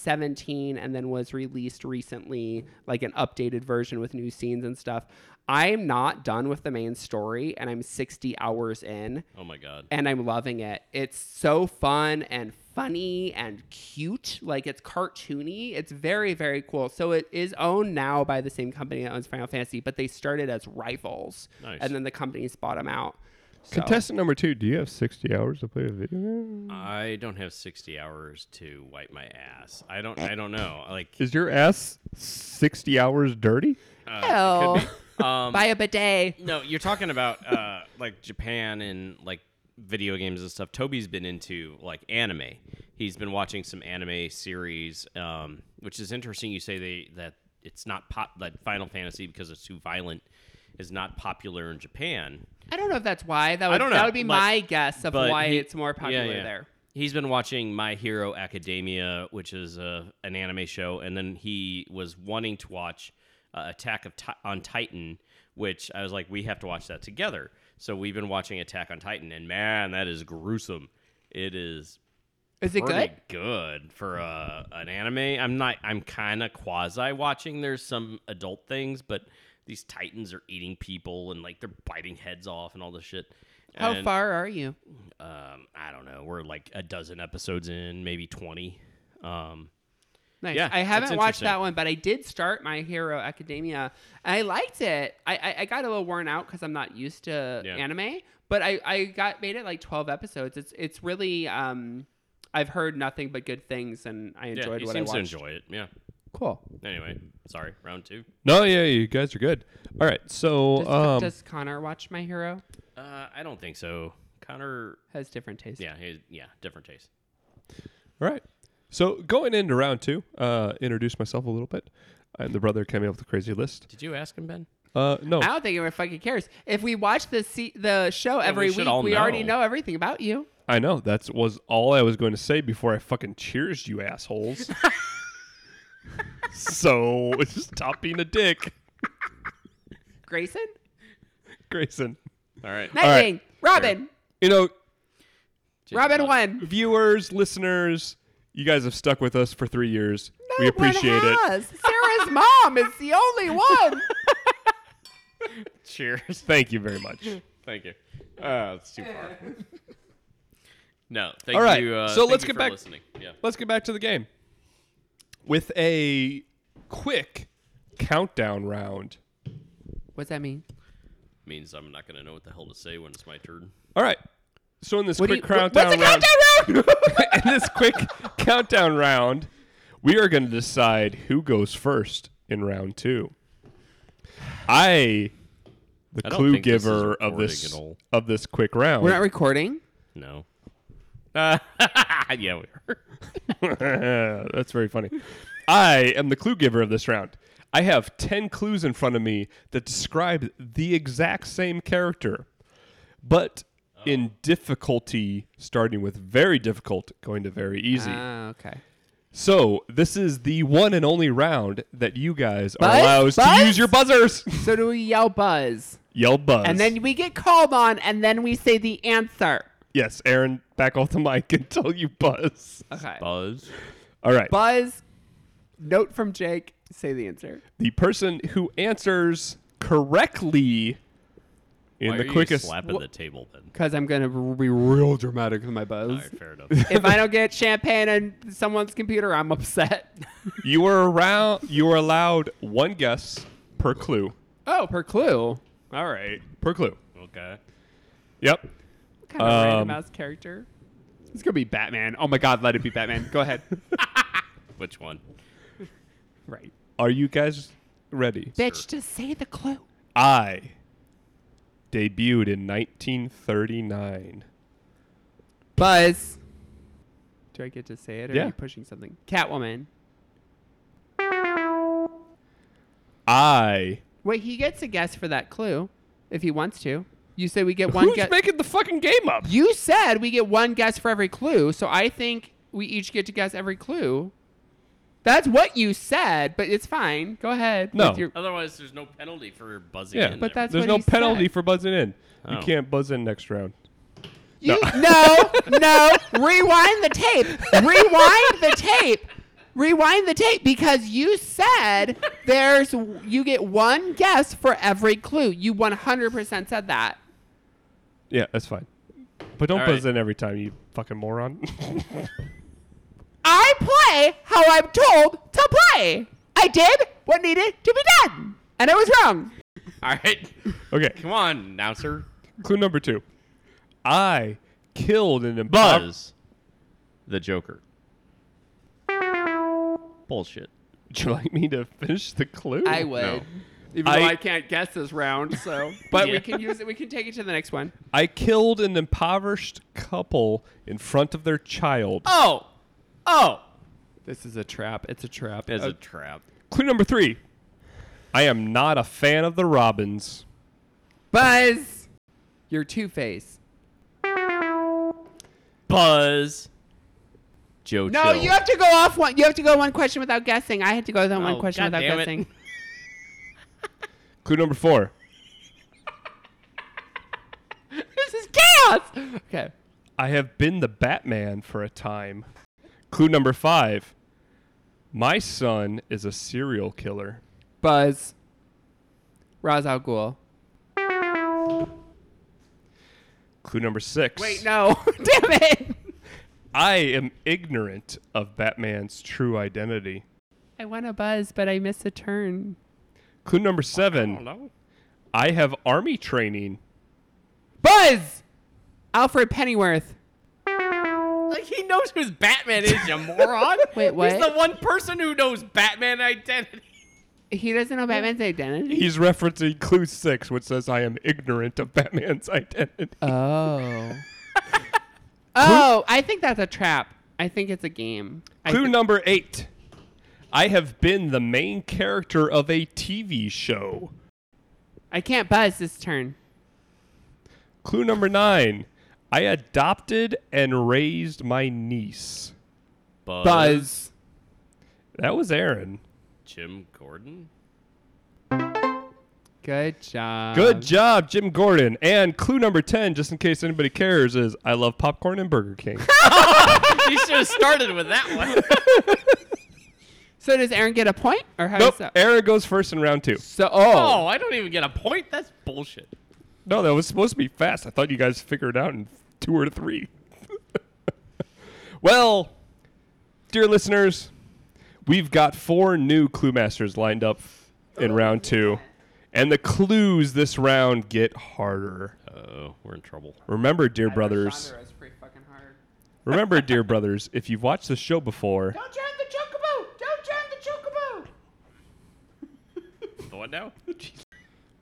S8: 2017 and then was released recently like an updated version with new scenes and stuff i'm not done with the main story and i'm 60 hours in
S7: Oh my god.
S8: and i'm loving it it's so fun and funny and cute like it's cartoony it's very very cool so it is owned now by the same company that owns final fantasy but they started as rivals
S7: Nice.
S8: and then the companies bought them out so.
S4: Contestant number two, do you have 60 hours to play a video game?
S7: I don't have 60 hours to wipe my ass. I don't. I don't know. Like,
S4: Is your ass 60 hours dirty?
S7: uh, it could be. Um,
S8: buy a bidet
S7: No, you're talking about uh, like Japan and like video games and stuff. Toby's been into like anime. He's been watching some anime series, um, which is interesting. You say they that it's not pop that Final Fantasy because it's too violent is not popular in Japan.
S8: I don't know if that's why. That would,
S7: I don't know.
S8: That would be
S7: but-
S8: my guess of
S7: but
S8: why
S7: he-
S8: it's more popular
S7: yeah, yeah.
S8: there.
S7: He's been watching My Hero Academia, which is a, an anime show, and then he was wanting to watch uh, Attack of Ti- on Titan, which I was like, we have to watch that together. So we've been watching Attack on Titan, and man, that is gruesome. It is.
S8: Is it
S7: pretty Good for uh, an anime. I'm not. I'm kind of quasi watching. There's some adult things, but these titans are eating people and like they're biting heads off and all this shit.
S8: How
S7: And-
S8: far are you?
S7: um, I don't know. We're like a dozen episodes in, maybe twenty. Um,
S8: Nice.
S7: yeah,
S8: I
S7: it's
S8: haven't watched
S7: interesting.
S8: that one, but I did start My Hero Academia. I liked it. I, I, I got a little worn out because I'm not used to
S7: Yeah.
S8: anime, but I, I got made it like 12 episodes. It's it's really um I've heard nothing but good things, and I enjoyed
S7: yeah, he
S8: what
S7: seems
S8: I
S7: to
S8: watched.
S7: enjoy it. Yeah.
S8: Cool.
S7: Anyway, sorry. Round two.
S4: No, yeah, you guys are good. All right, so
S8: Does,
S4: um,
S8: does Connor watch My Hero?
S7: Uh, I don't think so. Connor
S8: has different taste.
S7: Yeah, he, yeah, different taste.
S4: all right. So going into round two, uh, introduce myself a little bit. I'm the brother coming up with the crazy list.
S7: Did you ask him, Ben?
S4: Uh, no,
S8: I don't think anyone fucking cares. If we watch the se- the show
S7: Yeah,
S8: every
S7: we should
S8: week,
S7: all
S8: we already
S7: know.
S8: know everything about you.
S4: I know that was all I was going to say before I fucking cheers you assholes. so stop being a dick,
S8: Grayson,
S4: Grayson.
S7: All right.
S4: All right.
S8: Nightwing, Robin,
S4: You know,
S8: Robin won.
S4: viewers, listeners, you guys have stuck with us for three years. we appreciate it.
S8: Yes, Sarah's mom is the only one.
S7: Cheers.
S4: Thank you very much.
S7: Thank you. Uh, it's too far. no, thank
S4: All right,
S7: you. Uh,
S4: so
S7: thank
S4: let's
S7: you
S4: get
S7: for
S4: back.
S7: Listening. Yeah.
S4: Let's get back to the game with a quick countdown round.
S8: What's that mean?
S7: Means I'm not gonna know what the hell to say when it's my turn.
S4: All right. So in this
S7: What do
S4: quick
S7: you- what-
S4: countdown
S7: what's a
S4: round, in this quick countdown round, we are going to decide who goes first in round two. I, the
S7: I don't
S4: clue
S7: think this is
S4: giver of
S7: recording
S4: this
S7: at all.
S4: of this quick round.
S8: We're not recording.
S7: No. Uh, yeah, we are.
S4: That's very funny. I am the clue giver of this round. I have 10 clues in front of me that describe the exact same character, but
S8: Oh.
S4: in difficulty, starting with very difficult, going to very easy.
S8: Ah, okay.
S4: So, this is the one and only round that you guys are
S8: Buzz?
S4: allowed
S8: Buzz?
S4: to use your buzzers.
S8: So do we yell buzz?
S4: Yell buzz.
S8: And then we get called on, and then we say the answer.
S4: yes, Aaron, back off the mic until you buzz.
S8: Okay.
S7: Buzz.
S4: All right.
S8: Buzz, note from Jake, say the answer.
S4: the person who answers correctly in
S7: Why
S4: the
S7: are you
S4: quickest
S7: slapping the table then?
S8: Because I'm going to be real dramatic with my buzz.
S7: fair enough.
S8: if I don't get champagne on someone's computer, I'm upset.
S4: you were around you were allowed one guess per clue
S8: Oh, per clue. All right.
S4: per clue
S7: Okay.
S4: yep
S8: Kind of
S4: Um,
S8: random ass character. It's going to be Batman. Oh my God, let it be Batman. Go ahead.
S7: Which one?
S8: right.
S4: are you guys ready
S8: Bitch, just say the clue.
S4: i debuted in 1939
S8: Buzz. Do I get to say it or
S4: Yeah.
S8: are you pushing something? Catwoman.
S4: i
S8: Wait, he gets a guess for that clue if he wants to. You say we get one
S4: who's
S8: guess.
S4: making the fucking game up
S8: You said we get one guess for every clue, so I think we each get to guess every clue. That's what you said, but it's fine. Go ahead.
S4: No.
S8: with your-
S7: Otherwise, there's no penalty for buzzing
S4: yeah
S7: in.
S8: But
S7: there.
S8: that's
S4: there's
S8: what
S4: no
S8: he
S4: penalty
S8: said.
S4: for buzzing in you
S7: Oh.
S4: can't buzz in next round
S8: You, no, no. Rewind the tape. Rewind the tape. Rewind the tape because you said there's you get one guess for every clue. You 100% said that.
S4: yeah that's fine but don't
S7: All
S4: buzz
S7: right.
S4: in every time you fucking moron
S8: I play how I'm told to play. I did what needed to be done, and I was wrong.
S7: All right.
S4: okay
S7: Come on, announcer.
S4: clue number two i killed an impoverished
S7: Buzz. The Joker. Bullshit.
S4: Would you like me to finish the clue?
S8: I would.
S7: No.
S8: Even though
S4: I-
S8: I, can't guess this round, so but
S7: Yeah.
S8: we can use it. We can take it to the next one.
S4: I killed an impoverished couple in front of their child.
S8: Oh, oh! This is a trap. It's a trap.
S7: As
S8: Uh,
S7: a trap.
S4: Clue number three. I am not a fan of the Robins.
S8: Buzz, your Two Face.
S7: Buzz. Joe.
S8: No, you have to go off one. You have to go one question without guessing. I had to go that one
S7: Oh,
S8: question
S7: God
S8: without
S7: damn it.
S8: guessing.
S4: Clue number four.
S8: this is chaos. Okay.
S4: I have been the Batman for a time. Clue number five. My son is a serial killer.
S8: Buzz, Ra's al Ghul.
S4: Clue number six.
S8: Wait, no, damn it!
S4: I am ignorant of Batman's true identity.
S8: I want a buzz, but I missed a turn.
S4: Clue number seven. I have army training.
S8: Buzz, Alfred Pennyworth.
S7: Like he knows who's Batman is, you moron.
S8: Wait, what?
S7: He's the one person who knows Batman identity.
S8: He doesn't know Batman's identity.
S4: He's referencing Clue 6, which says, I am ignorant of Batman's identity.
S8: Oh. oh, I think that's a trap. I think it's a game. I
S4: Clue
S8: thi-
S4: number 8. I have been the main character of a TV show.
S8: I can't buzz this turn.
S4: Clue number 9. I adopted and raised my niece.
S7: Buzz.
S8: Buzz.
S4: That was Aaron.
S7: Jim Gordon.
S8: Good job.
S4: Good job, Jim Gordon. And clue number 10, just in case anybody cares, is I love popcorn and Burger King.
S7: you should have started with that one.
S8: So does Aaron get a point, or how
S4: nope.
S8: does that?
S4: Aaron goes first in round two.
S8: so
S7: Oh,
S8: oh,
S7: I don't even get a point. That's bullshit.
S4: No, that was supposed to be fast. I thought you guys figured it out in two or three. well, dear listeners, we've got four new Clue Masters lined up
S7: Oh,
S4: in round two. And the clues this round get harder.
S7: Oh, we're in trouble.
S4: Remember, dear brothers, remember, dear brothers, if you've watched the show before,
S12: Don't drown the chocobo! Don't drown the chocobo!
S7: The what now?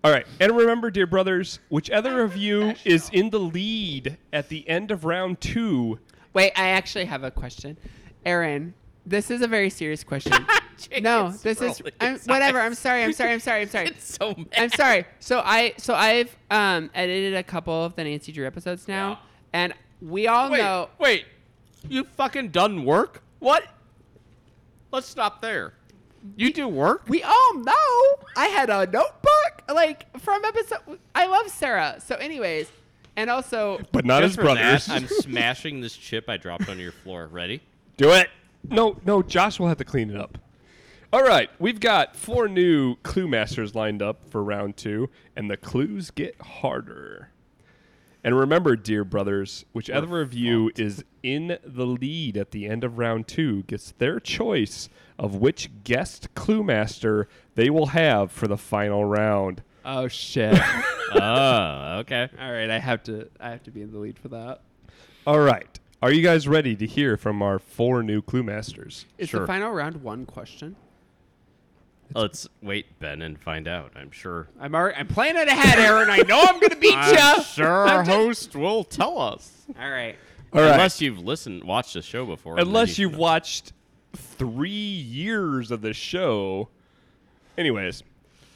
S4: All right, and remember, dear brothers, whichever of you is in the lead at the end of round two,
S8: Wait, I actually have a question, Aaron. This is a very serious question. no, this is
S7: rolling
S8: I'm,
S7: his
S8: whatever. I'm
S7: eyes.
S8: sorry. I'm sorry. I'm sorry. I'm sorry.
S7: It's so mad.
S8: I'm sorry. So I so I've um, edited a couple of the Nancy Drew episodes now,
S7: Yeah.
S8: and we all
S7: Wait,
S8: know.
S7: wait. You fucking done work? What? Let's stop there. You do work?
S8: We all know I had a notebook, like from episode. I love Sarah. So, anyways, and also,
S4: But not
S7: Just
S4: his
S7: for that,
S4: brothers.
S7: I'm smashing this chip I dropped on your floor. Ready?
S4: Do it. No, no, Josh will have to clean it up. All right, we've got four new clue masters lined up for round two, and the clues get harder. And remember, dear brothers, whichever of you is in the lead at the end of round two gets their choice of which guest clue master they will have for the final round.
S14: Oh shit.
S7: oh, okay.
S14: All right, I have to I have to be in the lead for that.
S4: All right, are you guys ready to hear from our four new clue masters?
S8: is the final round one question?
S7: Let's wait, Ben, and find out. I'm sure.
S8: I'm already, I'm playing it ahead, Aaron. I know I'm gonna beat
S7: I'm
S8: you.
S7: Sure, our host will tell us.
S8: All right.
S4: All right.
S7: Unless you've listened, watched the show before. and then
S4: Unless
S7: you-
S4: you've watched three years of the show. Anyways,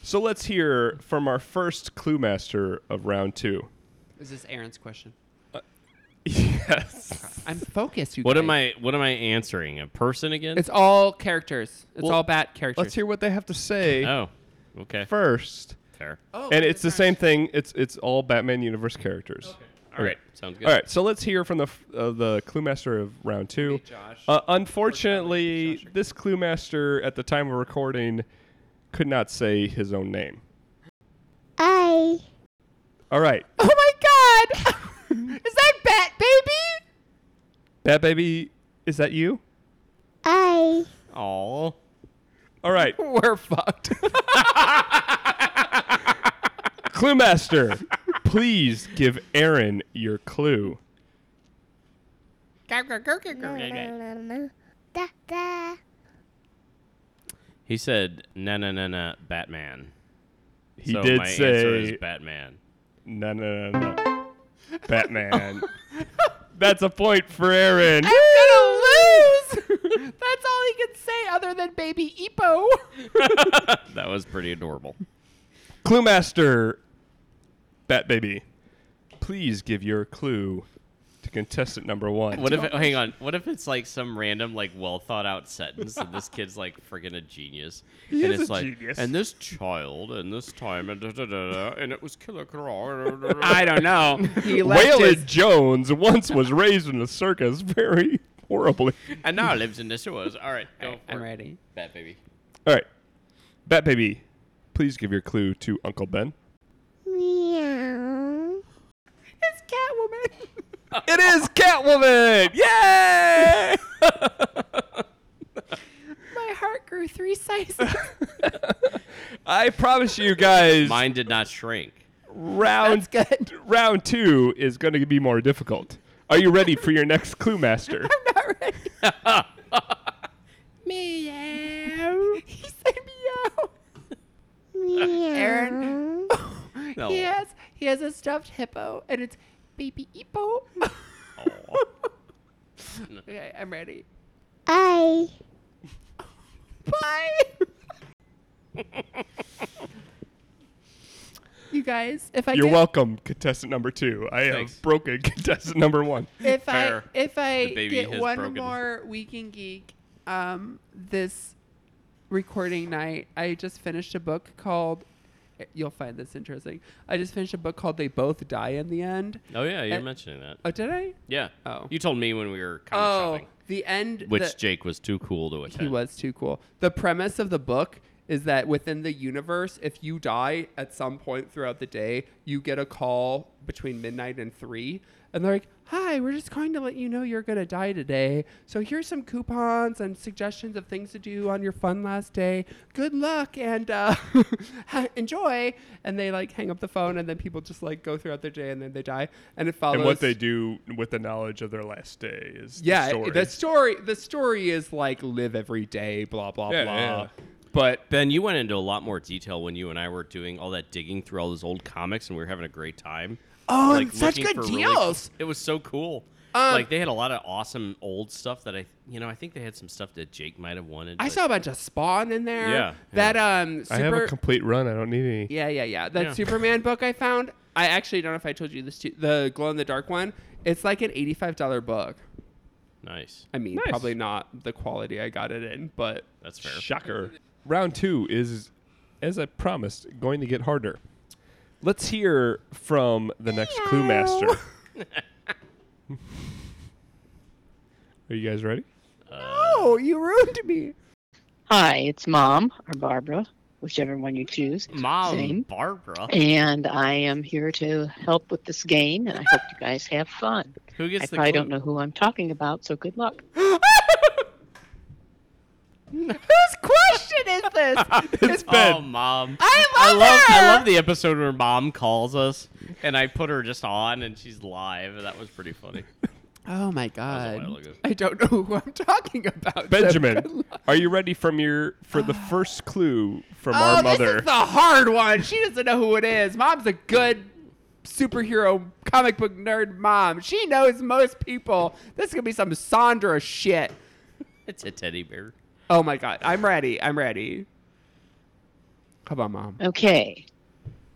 S4: so let's hear from our first clue master of round two.
S8: Is this Aaron's question?
S7: Uh,
S4: yes.
S8: I'm focused. You
S7: What
S8: guys.
S7: am I? What am I answering? A person again?
S8: It's all characters. It's
S4: Well,
S8: all bat characters.
S4: Let's hear what they have to say.
S7: Oh, okay.
S4: First.
S7: Fair.
S8: Oh,
S4: and it's the same thing. It's it's all Batman universe characters. Okay.
S7: All right. Sounds good.
S4: All right. So let's hear from the f- uh, the clue master of round two. Uh, unfortunately, this clue master at the time of recording could not say his own name.
S12: I.
S4: All right.
S12: Oh my god! Is that Bat Baby?
S4: Bat baby, is that you?
S12: I.
S7: All.
S4: All right.
S8: We're fucked.
S4: clue master, please give Aaron your clue.
S12: Da, da.
S7: He said, "Na na na na, Batman."
S4: He
S7: so
S4: did
S7: my answer
S4: say
S7: is Batman.
S4: No, no, no, no. Batman. That's a point for Aaron.
S8: I'm gonna lose. That's all he could say, other than baby Epo.
S7: That was pretty adorable.
S4: Clue master, Bat baby, please give your clue to contestant number one.
S7: What if? It, hang on. What if it's like some random, like well thought out sentence, and this kid's like freaking a genius,
S4: He
S7: and
S4: is
S7: it's
S4: a
S7: like,
S4: genius.
S7: and this child, and this time, and da da da, da and it was Killer Croc.
S8: I don't know. He left
S4: Waylon
S8: his-
S4: Jones once was raised in a circus very horribly.
S7: and now lives in the sewers. All right, go.
S8: I'm
S7: for it.
S8: ready.
S7: Bat baby.
S4: All right. Bat baby, please give your clue to Uncle Ben.
S12: Meow.
S8: It's Catwoman.
S4: It is Catwoman! Yay!
S8: My heart grew three sizes.
S4: I promise you guys,
S7: Mine did not shrink.
S4: round round two is going to be more difficult. Are you ready for your next clue master?
S8: meow. He said meow.
S12: Meow.
S8: Aaron.
S7: No.
S8: He has he has a stuffed hippo, and it's baby Epo. okay, I'm ready.
S12: I.
S8: Bye. you guys, if I
S4: You're
S8: get-
S4: welcome, contestant number two. I
S7: Thanks.
S4: have broken contestant number one.
S8: if
S7: Fair.
S8: I if I
S7: The baby
S8: get
S7: has
S8: one
S7: broken.
S8: more weekend geek, um, this recording night, I just finished a book called. You'll find this interesting. I just finished a book called "They Both Die in the End."
S7: Oh yeah, you're
S8: Uh,
S7: mentioning that.
S8: Oh, did I?
S7: Yeah.
S8: Oh.
S7: You told me when we were comic
S8: Oh,
S7: shopping,
S8: the end.
S7: which
S8: the-
S7: Jake was too cool to attend.
S8: he was too cool. The premise of the book is that within the universe, if you die at some point throughout the day, you get a call between midnight and three, and they're like, "Hi, we're just going to let you know you're gonna die today. So here's some coupons and suggestions of things to do on your fun last day. Good luck and uh, enjoy." And they like hang up the phone, and then people just like go throughout their day, and then they die. And it follows
S4: And what they do with the knowledge of their last day is
S8: yeah,
S4: the story.
S8: the story. The story is like live every day, blah blah
S4: Yeah,
S8: blah.
S4: yeah.
S8: But
S7: Ben, you went into a lot more detail when you and I were doing all that digging through all those old comics, and we were having a great time.
S8: Oh, and such
S7: looking
S8: good
S7: for really-
S8: deals.
S7: it was so cool.
S8: Um,
S7: like they had a lot of awesome old stuff that I, you know, I think they had some stuff that Jake might have wanted.
S8: I
S7: but-
S8: saw a bunch of Spawn in there.
S7: Yeah,
S8: That um super
S4: I have a complete run. I don't need any.
S8: Yeah, yeah, yeah. That
S7: Yeah.
S8: Superman book I found. I actually don't know if I told you this too. The glow in the dark one. It's like an eighty-five dollar book.
S7: nice.
S8: I mean, probably not the quality I got it in, but
S7: That's fair.
S4: Shocker. Round two is as I promised, going to get harder. Let's hear from the next clue master. Are you guys ready?
S12: Oh, you ruined me.
S15: Hi, it's Mom or Barbara, whichever one you choose.
S7: Mom,
S15: Same.
S7: Barbara.
S15: And I am here to help with this game, and I hope you guys have fun.
S7: Who gets
S15: I
S7: the
S15: probably
S7: clue?
S15: don't know who I'm talking about, so good luck.
S12: Whose question is this?
S7: It's oh, mom.
S12: I
S7: I
S12: love
S7: love
S12: her.
S7: I love the episode where mom calls us and I put her just on and she's live. That was pretty funny.
S8: Oh my
S7: That was a while
S8: god.
S7: ago.
S8: I don't know who I'm talking about.
S4: Benjamin, are you ready from your for the first clue from
S8: Ah.
S4: our
S8: oh, This
S4: mother?
S8: is the hard one. She doesn't know who it is. Mom's a good superhero comic book nerd mom. She knows most people. This is gonna be some Sandra shit.
S7: It's a teddy bear.
S8: Oh my god. I'm ready. I'm ready. Come on, mom.
S15: Okay.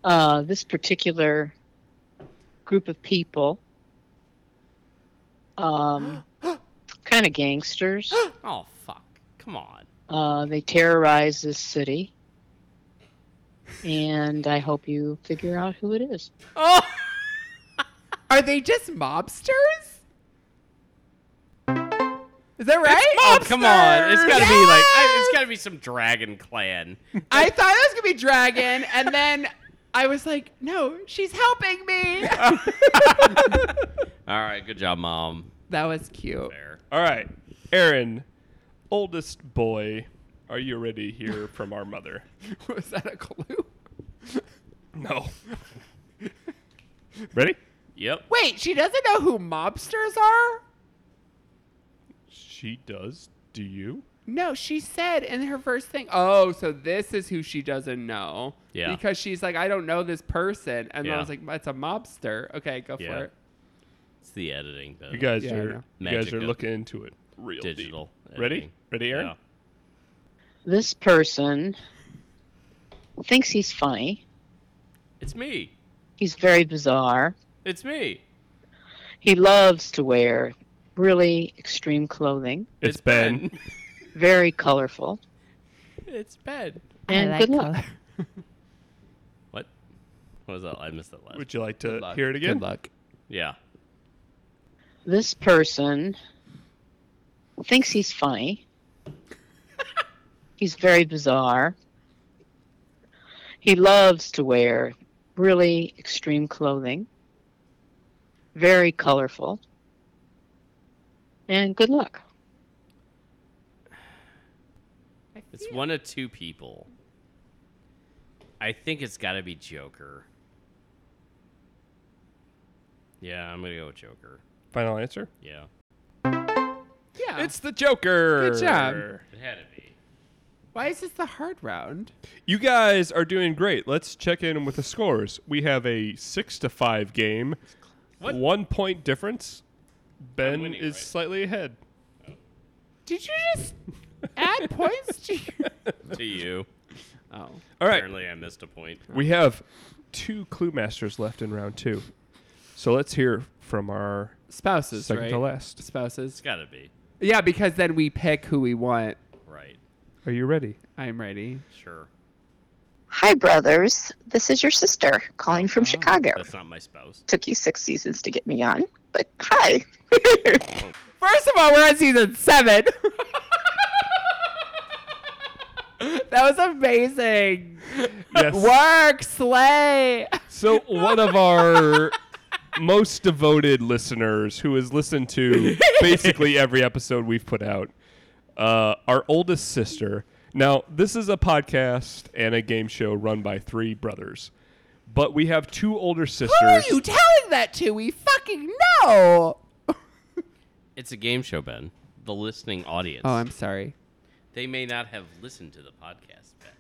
S15: Uh, this particular group of people, um, kind of gangsters,
S7: Oh fuck. Come on.
S15: uh, they terrorize this city. And I hope you figure out who it is.
S8: Oh. Are they just mobsters? Is that right?
S7: Oh come on. It's gotta be like I, it's gotta be some dragon clan.
S8: I thought it was gonna be dragon, and then I was like, no, she's helping me.
S7: All right, good job, mom.
S8: that was cute.
S4: All right, Aaron, oldest boy, are you ready to hear from our mother?
S8: was that a clue?
S4: No. Ready?
S7: Yep.
S8: Wait, she doesn't know who mobsters are?
S4: She does. Do you?
S8: No, she said in her first thing, oh, so this is who she doesn't know.
S4: Yeah.
S8: Because she's like, I don't know this person. And then I
S7: Yeah.
S8: was like, it's a mobster. Okay, go
S7: Yeah.
S8: for it.
S7: It's the editing that
S4: You guys
S8: Yeah, I know.
S4: are you guys
S7: Magic
S4: are
S7: of
S4: looking into it. Real deep.
S7: digital.
S4: Ready? Ready, Aaron?
S15: This person thinks he's funny.
S7: It's me.
S15: He's very bizarre.
S7: It's me.
S15: He loves to wear really extreme clothing.
S4: It's Ben.
S15: Very colorful.
S7: It's Ben.
S15: And good luck.
S7: What? What was that? I missed that last.
S4: Would you like to hear it again? Good
S8: luck.
S7: Yeah.
S15: This person thinks he's funny. he's very bizarre. He loves to wear really extreme clothing. Very colorful. And good luck.
S7: It's one of two people. I think it's got to be Joker. Yeah, I'm gonna go with Joker.
S4: Final answer.
S7: Yeah.
S8: Yeah.
S4: It's the Joker.
S8: Good job.
S7: It had to be.
S8: Why is this the hard round?
S4: You guys are doing great. Let's check in with the scores. We have a six to five game.
S7: What?
S4: One point difference. Ben is slightly ahead.
S8: Did you just add points to your.
S7: to you.
S8: Oh. All
S4: right.
S7: Apparently, I missed a point.
S4: We have two clue masters left in round two. So let's hear from our
S8: Spouses,
S4: second to
S8: right?
S4: last.
S8: Spouses.
S7: It's got to be
S8: Yeah, because then we pick who we want.
S7: right.
S4: Are you ready?
S8: I'm ready.
S7: Sure.
S16: Hi, brothers. This is your sister calling from Chicago.
S7: Ah, That's not my spouse.
S16: Took you six seasons to get me on, but hi.
S8: First of all, we're on season seven. that was amazing.
S4: Yes.
S8: Work, slay.
S4: So one of our most devoted listeners who has listened to basically every episode we've put out, uh, our oldest sister. Now, this is a podcast and a game show run by three brothers, but we have two older sisters.
S8: Who are you telling that to? We fucking know.
S7: It's a game show, Ben. The listening audience.
S8: Oh, I'm sorry.
S7: They may not have listened to the podcast, Ben.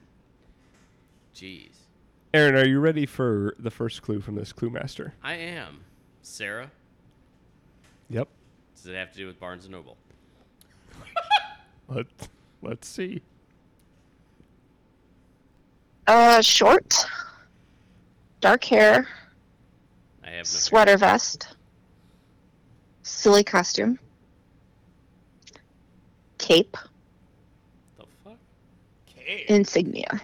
S7: Jeez.
S4: Aaron, are you ready for the first clue from this clue master?
S7: I am. Sarah,
S4: Yep.
S7: does it have to do with Barnes and Noble?
S4: Let Let's see.
S16: Uh, short, dark hair,
S7: I have no
S16: sweater vest, silly costume, cape,
S7: The fuck?
S16: insignia.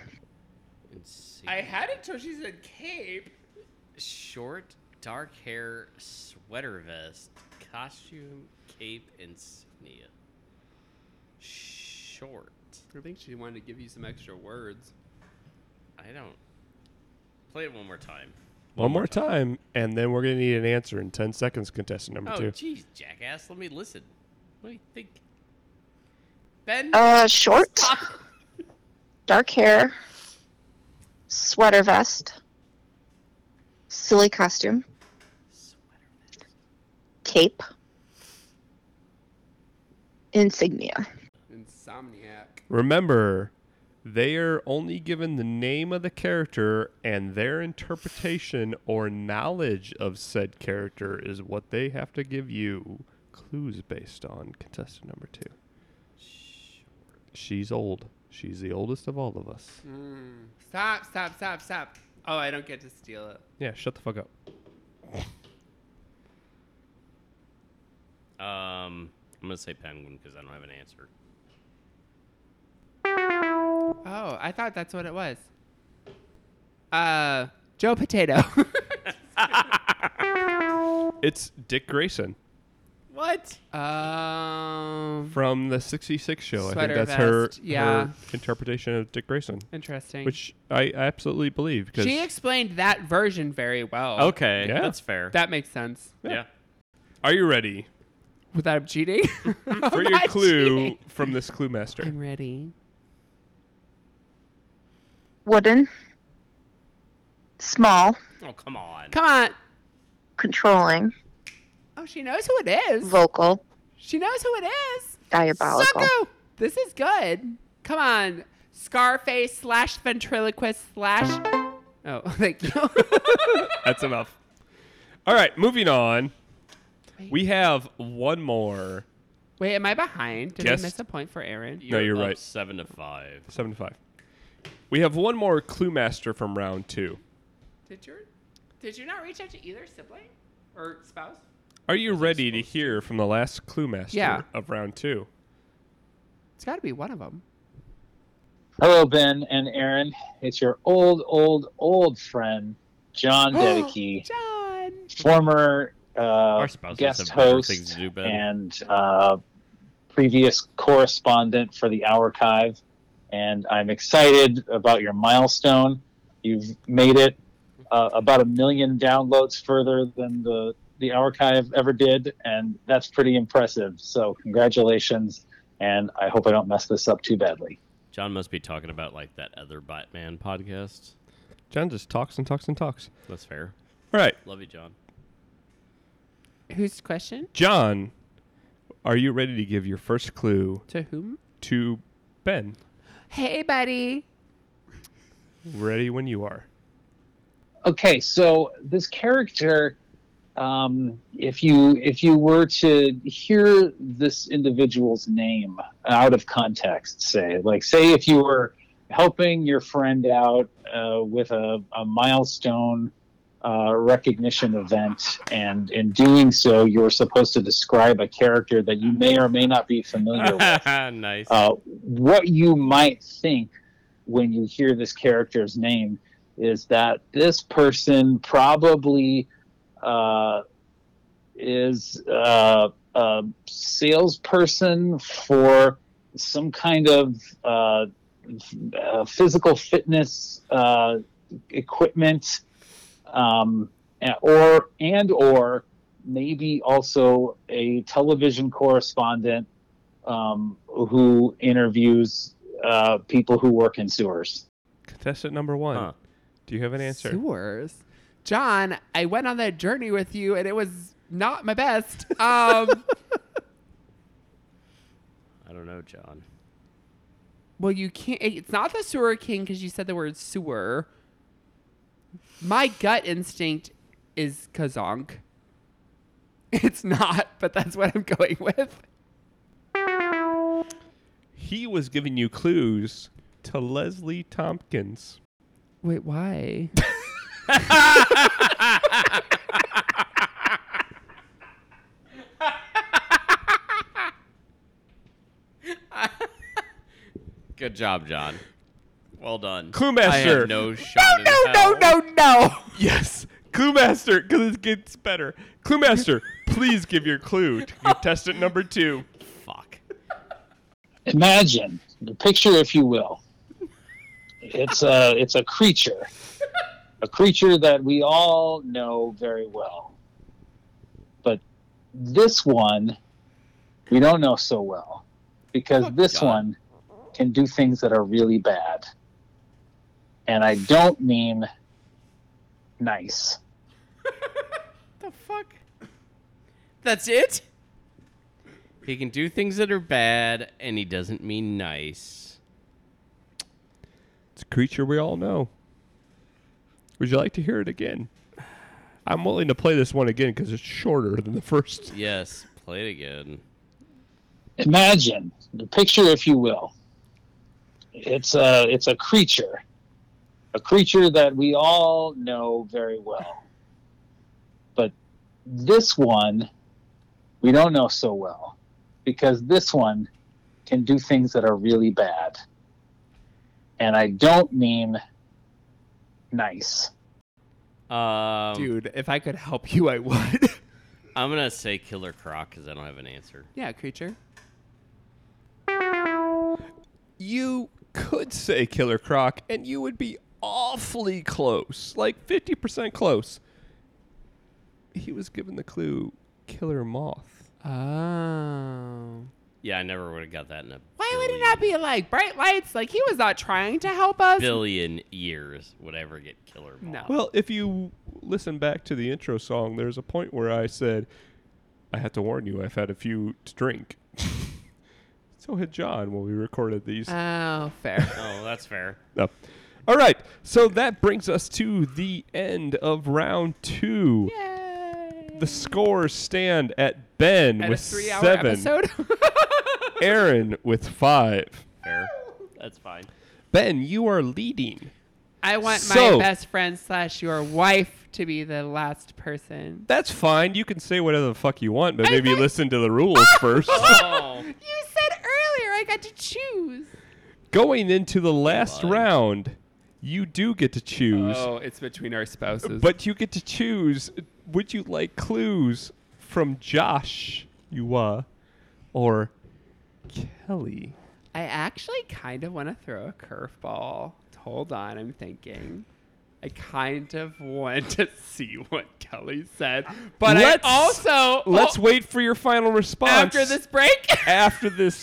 S7: see.
S8: I had it till she said cape.
S7: Short, dark hair, sweater vest, costume, cape, insignia. Short.
S14: I think she wanted to give you some extra words.
S7: I don't. Play it one more time.
S4: One more time, and then we're going to need an answer in 10 seconds, contestant number
S7: oh,
S4: two.
S7: jeez, jackass. Let me listen. What do you think? Ben?
S16: Uh, short, dark hair, sweater vest, silly costume, cape, insignia.
S14: Insomniac.
S4: Remember, they are only given the name of the character and their interpretation or knowledge of said character is what they have to give you clues based on contestant number two. She's old. She's the oldest of all of us.
S8: Mm. Stop, stop, stop, stop. Oh, I don't get to steal it.
S4: Yeah, shut the fuck up.
S7: Um, I'm going to say penguin because I don't have an answer.
S8: Oh, I thought that's what it was. Uh, Joe Potato.
S4: It's Dick Grayson
S8: what? Um,
S4: from the 66 show. I think
S8: Sweater
S4: that's her,
S8: vest, yeah.
S4: her interpretation of Dick Grayson.
S8: Interesting.
S4: Which I absolutely believe because
S8: she explained that version very well.
S7: Okay, Yeah. that's fair.
S8: That makes sense.
S7: Yeah.
S4: Are you ready?
S8: Without cheating?
S4: for your
S8: Not
S4: clue
S8: cheating.
S4: from this clue master.
S8: I'm ready.
S16: Wooden, small,
S7: Oh, come on.
S8: Come on.
S16: controlling,
S8: Oh, she knows who it is.
S16: vocal,
S8: She knows who it is.
S16: diabolical.
S8: Sucko! This is good. Come on. Scarface slash ventriloquist slash. Oh, thank you.
S4: That's enough. All right, moving on. We have one more.
S8: Wait, am I behind? Did
S4: Guessed-
S8: I miss a point for Aaron?
S4: no, you're right.
S7: Seven to five.
S4: Seven to five. We have one more clue master from round two.
S8: Did you? Did you not reach out to either sibling or spouse?
S4: Are you ready to hear from the last clue master
S8: Yeah.
S4: of round two?
S8: It's got to be one of them.
S17: Hello, Ben and Aaron. It's your old, old, old friend, John Dedeke,
S8: John.
S17: former uh,
S7: spouses
S17: guest
S7: have better
S17: host
S7: things to do, Ben.
S17: and uh, previous correspondent for the Archive. And I'm excited about your milestone. You've made it uh, about a million downloads further than the the Archive ever did, and that's pretty impressive. So congratulations, and I hope I don't mess this up too badly.
S7: John must be talking about like that other Batman podcast.
S4: John just talks and talks and talks.
S7: That's fair.
S4: All right,
S7: Love you, John.
S8: Whose question?
S4: John, are you ready to give your first clue
S8: to whom?
S4: To Ben.
S8: Hey, buddy.
S4: Ready when you are.
S17: okay so this character um, if you if you were to hear this individual's name out of context say like say if you were helping your friend out uh, with a, a milestone uh, recognition event and in doing so you're supposed to describe a character that you may or may not be familiar with
S7: nice.
S17: uh, what you might think when you hear this character's name is that this person probably uh, is uh, a salesperson for some kind of uh, f- uh, physical fitness uh, equipment, um, a- or and or maybe also a television correspondent um, who interviews uh, people who work in sewers.
S4: Contestant number one. Do you have an answer?
S8: Sewers. John, I went on that journey with you and it was not my best. Um,
S7: I don't know, John.
S8: well, you can't. it- It's not the sewer king because you said the word sewer. My gut instinct is Kazonk. It's not, but that's what I'm going with.
S4: He was giving you clues to Leslie Tompkins.
S8: Wait, why?
S7: Good job, John. Well done.
S4: Clue Master.
S7: I have no shot. in hell.
S4: no. Yes. Clue Master, because it gets better. Clue Master, please give your clue to contestant number two.
S17: Imagine the picture, if you will. It's a it's a creature, a creature that we all know very well. But this one, we don't know so well, because this one can do things that are really bad. And I don't mean nice.
S7: The fuck? That's it? He can do things that are bad, and he doesn't mean nice.
S4: It's a creature we all know. Would you like to hear it again? I'm willing to play this one again because it's shorter than the first.
S7: Yes, play it again.
S17: imagine the picture if you will it's a it's a creature a creature that we all know very well but this one we don't know so well because this one can do things that are really bad and i don't mean nice
S7: Um,
S14: Dude, if I could help you, I would.
S7: I'm gonna say Killer Croc because I don't have an answer.
S8: Yeah, creature.
S4: You could say Killer Croc, and you would be awfully close, like 50% close. He was given the clue Killer Moth.
S8: Oh.
S7: Yeah, I never would have got that in a
S8: Why would it not be like bright lights? Like he was not trying to help us.
S7: billion years. Would ever get Killer Moth.
S4: Well, if you listen back to the intro song, there's a point where I said, I had to warn you, I've had a few to drink. so had John when we recorded these.
S8: Oh, fair.
S7: oh, that's fair.
S4: No. All right. So that brings us to the end of round two. The scores stand at Ben
S8: At a
S4: with
S8: three-hour
S4: seven.
S8: episode.
S4: Aaron with five.
S7: Fair. That's fine.
S4: Ben, you are leading.
S8: I want
S4: So-
S8: my best friend slash your wife to be the last person.
S4: That's fine. You can say whatever the fuck you want, but maybe listen to the rules first.
S8: You said earlier I got to choose.
S4: Going into the last round, you do get to choose.
S14: oh, it's between our spouses.
S4: But you get to choose. Would you like clues from Josh, you uh, or Kelly?
S8: I actually kind of want to throw a curveball. Hold on, I'm thinking. I kind of want to see what Kelly said, but
S4: Let's-
S8: I also
S4: let's
S8: oh,
S4: wait for your final response
S8: after this break.
S4: After this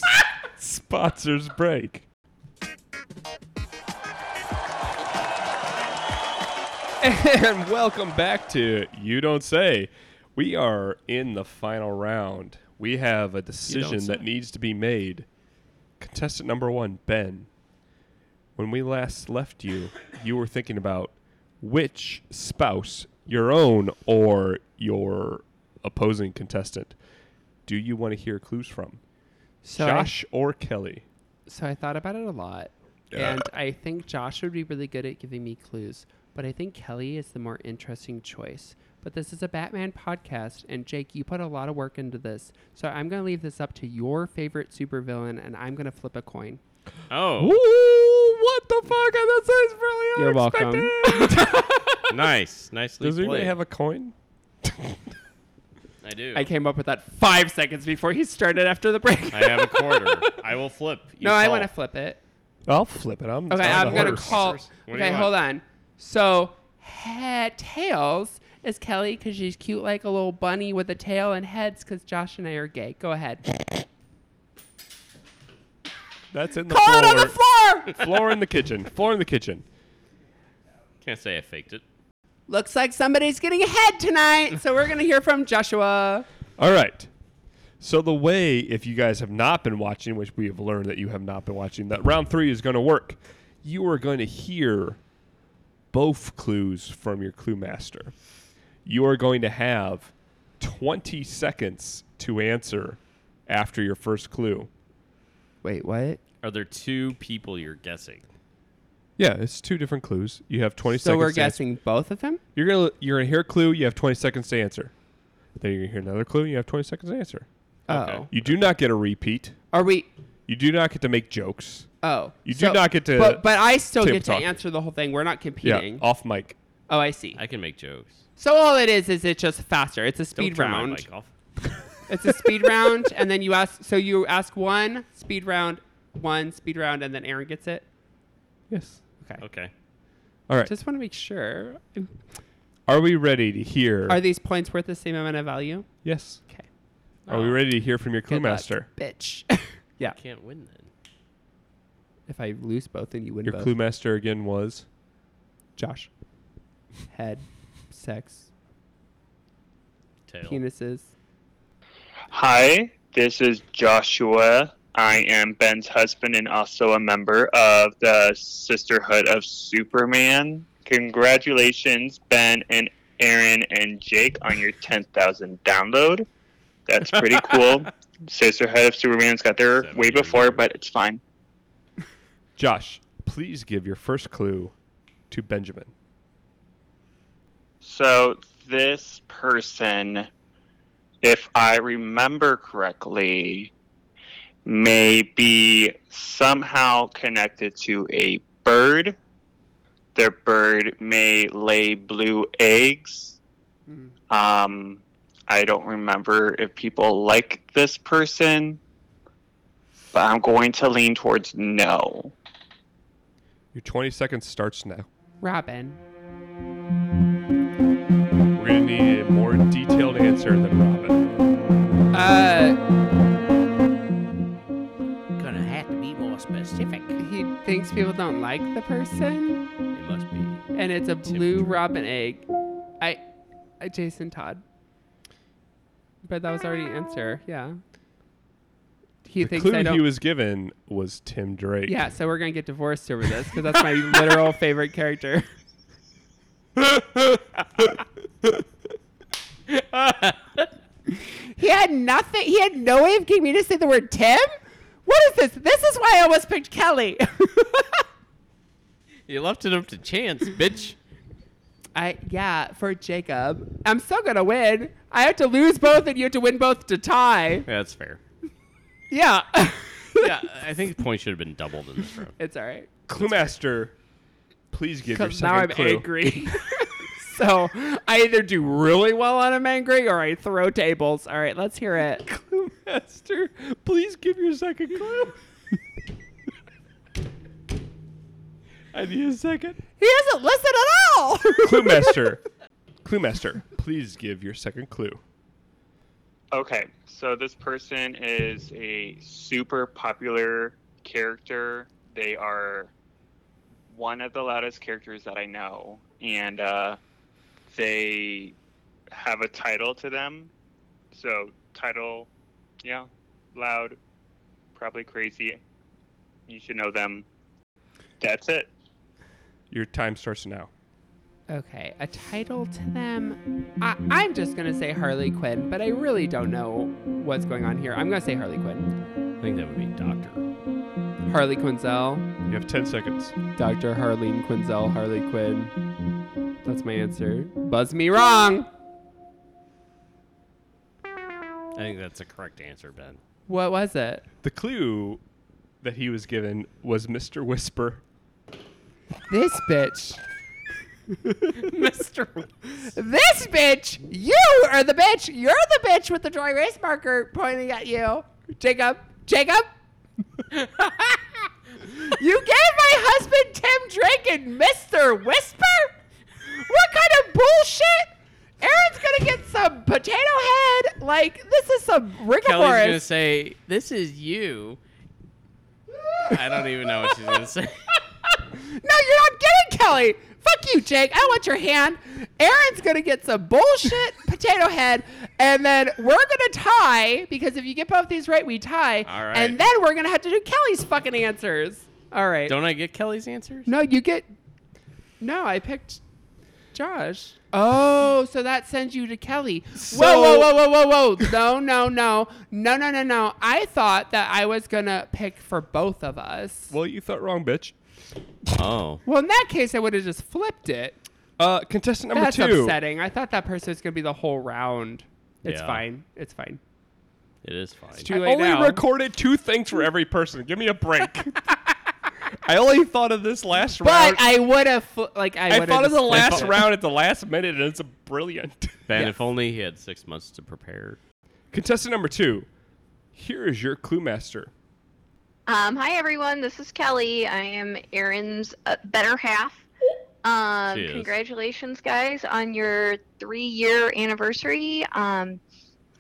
S4: sponsors break. And welcome back to You Don't Say. We are in the final round. We have a decision that
S14: Say.
S4: needs to be made. Contestant number one, Ben. When we last left you, you were thinking about which spouse, your own or your opposing contestant, do you want to hear clues from?
S8: So I-
S4: Josh or Kelly?
S8: So I thought about it a lot,
S4: Yeah.
S8: and I think Josh would be really good at giving me clues, but I think Kelly is the more interesting choice. But this is a Batman podcast, and Jake, you put a lot of work into this, so I'm going to leave this up to your favorite supervillain, and I'm going to flip a coin.
S7: Oh.
S4: what the fuck? That sounds really
S8: You're welcome.
S7: nice. Nicely
S4: Does anybody
S7: played.
S4: have a coin?
S7: I do.
S8: I came up with that five seconds before he started after the break.
S7: I have a quarter. I will flip. You
S8: no, I
S7: call.
S8: want to flip it.
S4: I'll flip it. I'm
S8: Okay,
S4: I'm
S8: I'm
S4: the
S8: gonna
S4: horse.
S8: call.
S7: do you
S8: okay,
S7: want?
S8: hold on. So, head tails is Kelly because she's cute like a little bunny with a tail, and heads because Josh and I are gay. Go ahead.
S4: That's in the
S8: Call
S4: floor.
S8: it on the floor!
S4: floor in the kitchen. Floor in the kitchen.
S7: Can't say I faked it.
S8: Looks like somebody's getting ahead tonight, so we're gonna hear from Joshua.
S4: All right. So the way, if you guys have not been watching, which we have learned that you have not been watching, that round three is going to work. You are going to hear both clues from your clue master. You are going to have 20 seconds to answer after your first clue.
S8: Wait, what?
S7: Are there two people you're guessing?
S4: Yeah, it's two different clues. You have 20
S8: So
S4: seconds.
S8: we're
S4: to answer.
S8: guessing both of them.
S4: You're gonna you're gonna hear a clue. You have 20 seconds to answer. Then you're gonna hear another clue. You have 20 seconds to answer.
S8: Oh.
S4: You do not get a repeat.
S8: Are we?
S4: You do not get to make jokes.
S8: Oh,
S4: You do not get to
S8: But, but I still
S4: table
S8: get to
S4: talk.
S8: answer the whole thing. We're not
S4: Yeah,
S8: competing.
S4: off mic.
S8: Oh, I see.
S7: I can make jokes.
S8: So all it is is it's just faster. It's a
S7: Don't
S8: speed
S7: turn my
S8: round.
S7: mic off.
S8: It's a speed round, and then you ask. So you ask one speed round, one speed round, and then Aaron gets it.
S4: Yes.
S8: Okay.
S7: Okay.
S4: All right.
S8: Just want to make sure.
S4: Are we ready to hear?
S8: Are these points worth the same amount of value?
S4: Yes.
S8: Okay. Oh.
S4: Are we ready to hear from your clue
S8: Good luck,
S4: master?
S8: bitch. yeah.
S7: Can't win then.
S8: If I lose both, then you win
S4: Your
S8: both.
S4: clue master again was
S8: Josh. Head, sex,
S7: Tail.
S8: penises.
S2: Hi, this is Joshua. I am Ben's husband and also a member of the Sisterhood of Superman. Congratulations, Ben and Aaron and Jake, on your 10,000 download. That's pretty cool. Sisterhood of Superman's got there way before, but it's fine.
S4: Josh. Please give your first clue to Benjamin.
S2: So this person, if I remember correctly, may be somehow connected to a bird. Their bird may lay blue eggs. Um, I don't remember if people like this person, but I'm going to lean towards no.
S4: Your 20 seconds starts now.
S8: Robin.
S4: We're going to need a more detailed answer than Robin.
S8: Uh,
S7: Gonna have to be more specific.
S8: he thinks people don't like the person,
S7: It must be.
S8: and it's a blue robin egg. I, I Jason Todd. But that was already an answer. Yeah. He
S4: the
S8: thinks
S4: clue
S8: I don't.
S4: he was given was Tim Drake.
S8: yeah, so we're gonna get divorced over this because that's my literal favorite character.
S12: He had nothing. He had no way of getting me to say the word Tim. What is this? This is why I almost picked Kelly.
S7: You left it up to chance, bitch.
S8: I yeah for Jacob. I'm still gonna win. I have to lose both, and you have to win both to tie.
S7: Yeah, that's fair.
S8: Yeah,
S7: Yeah, I think the point should have been doubled in this round.
S8: it's all right.
S4: Clue master, please give your
S8: 'Cause
S4: second
S8: now I'm
S4: clue.
S8: angry. so I either do really well on I'm angry, or I throw tables. All right, let's hear it.
S4: Clue master, please give your second clue. I need a second.
S12: he doesn't listen at all.
S4: clue master, clue master, please give your second clue.
S2: Okay, so this person is a super popular character. They are one of the loudest characters that I know, and uh, they have a title to them. So, title, yeah, loud, probably crazy. You should know them. That's it.
S4: Your time starts now.
S8: Okay, a title to them. I, I'm just gonna say Harley Quinn, but I really don't know what's going on here. I'm gonna say Harley Quinn.
S7: I think that would be Doctor.
S8: Harley Quinzel.
S4: You have 10 seconds.
S8: Dr. Harleen Quinzel, Harley Quinn. That's my answer. Buzz me wrong.
S7: I think that's a correct answer, Ben.
S8: What was it?
S4: The clue that he was given was Mr. Whisper.
S8: This bitch.
S12: Mr. This bitch, you are the bitch. You're the bitch with the dry erase marker pointing at you. Jacob, Jacob. you gave my husband Tim Drake and Mr. Whisper? What kind of bullshit? Aaron's gonna get some potato head. Like, this is some
S7: Kelly's gonna
S12: rigorous.
S7: say, "This is you." I don't even know what she's gonna say.
S8: No, you're not getting Kelly. Fuck you, Jake. I don't want your hand. Aaron's gonna get some bullshit potato head, and then we're gonna tie because if you get both these right, we tie.
S7: All right.
S8: And then we're gonna have to do Kelly's fucking answers. All right.
S7: Don't I get Kelly's answers?
S8: No, you get. No, I picked Josh. Oh, so that sends you to Kelly. whoa, whoa, whoa, whoa, whoa, whoa. No, no, no. No, no, no, no. I thought that I was going to pick for both of us.
S4: Well, you thought wrong, bitch.
S7: Oh.
S8: Well, in that case, I would have just flipped it.
S4: Uh, contestant number
S8: That's
S4: two.
S8: upsetting. I thought that person was going to be the whole round. It's
S7: Yeah.
S8: fine. It's fine.
S7: It is fine.
S8: too
S4: I
S8: late
S4: only
S8: now.
S4: recorded two things for every person. Give me a break. I only thought of this last round.
S8: But I would have like I,
S4: I
S8: would
S4: thought
S8: have
S4: of the
S8: just-
S4: last round at the last minute, and it's brilliant.
S7: Ben,
S4: Yeah.
S7: if only he had six months to prepare.
S4: Contestant number two, here is your clue master.
S18: Um, hi everyone, this is Kelly. I am Aaron's uh, better half. Um,
S4: She is.
S18: congratulations, guys, on your three-year anniversary. Um,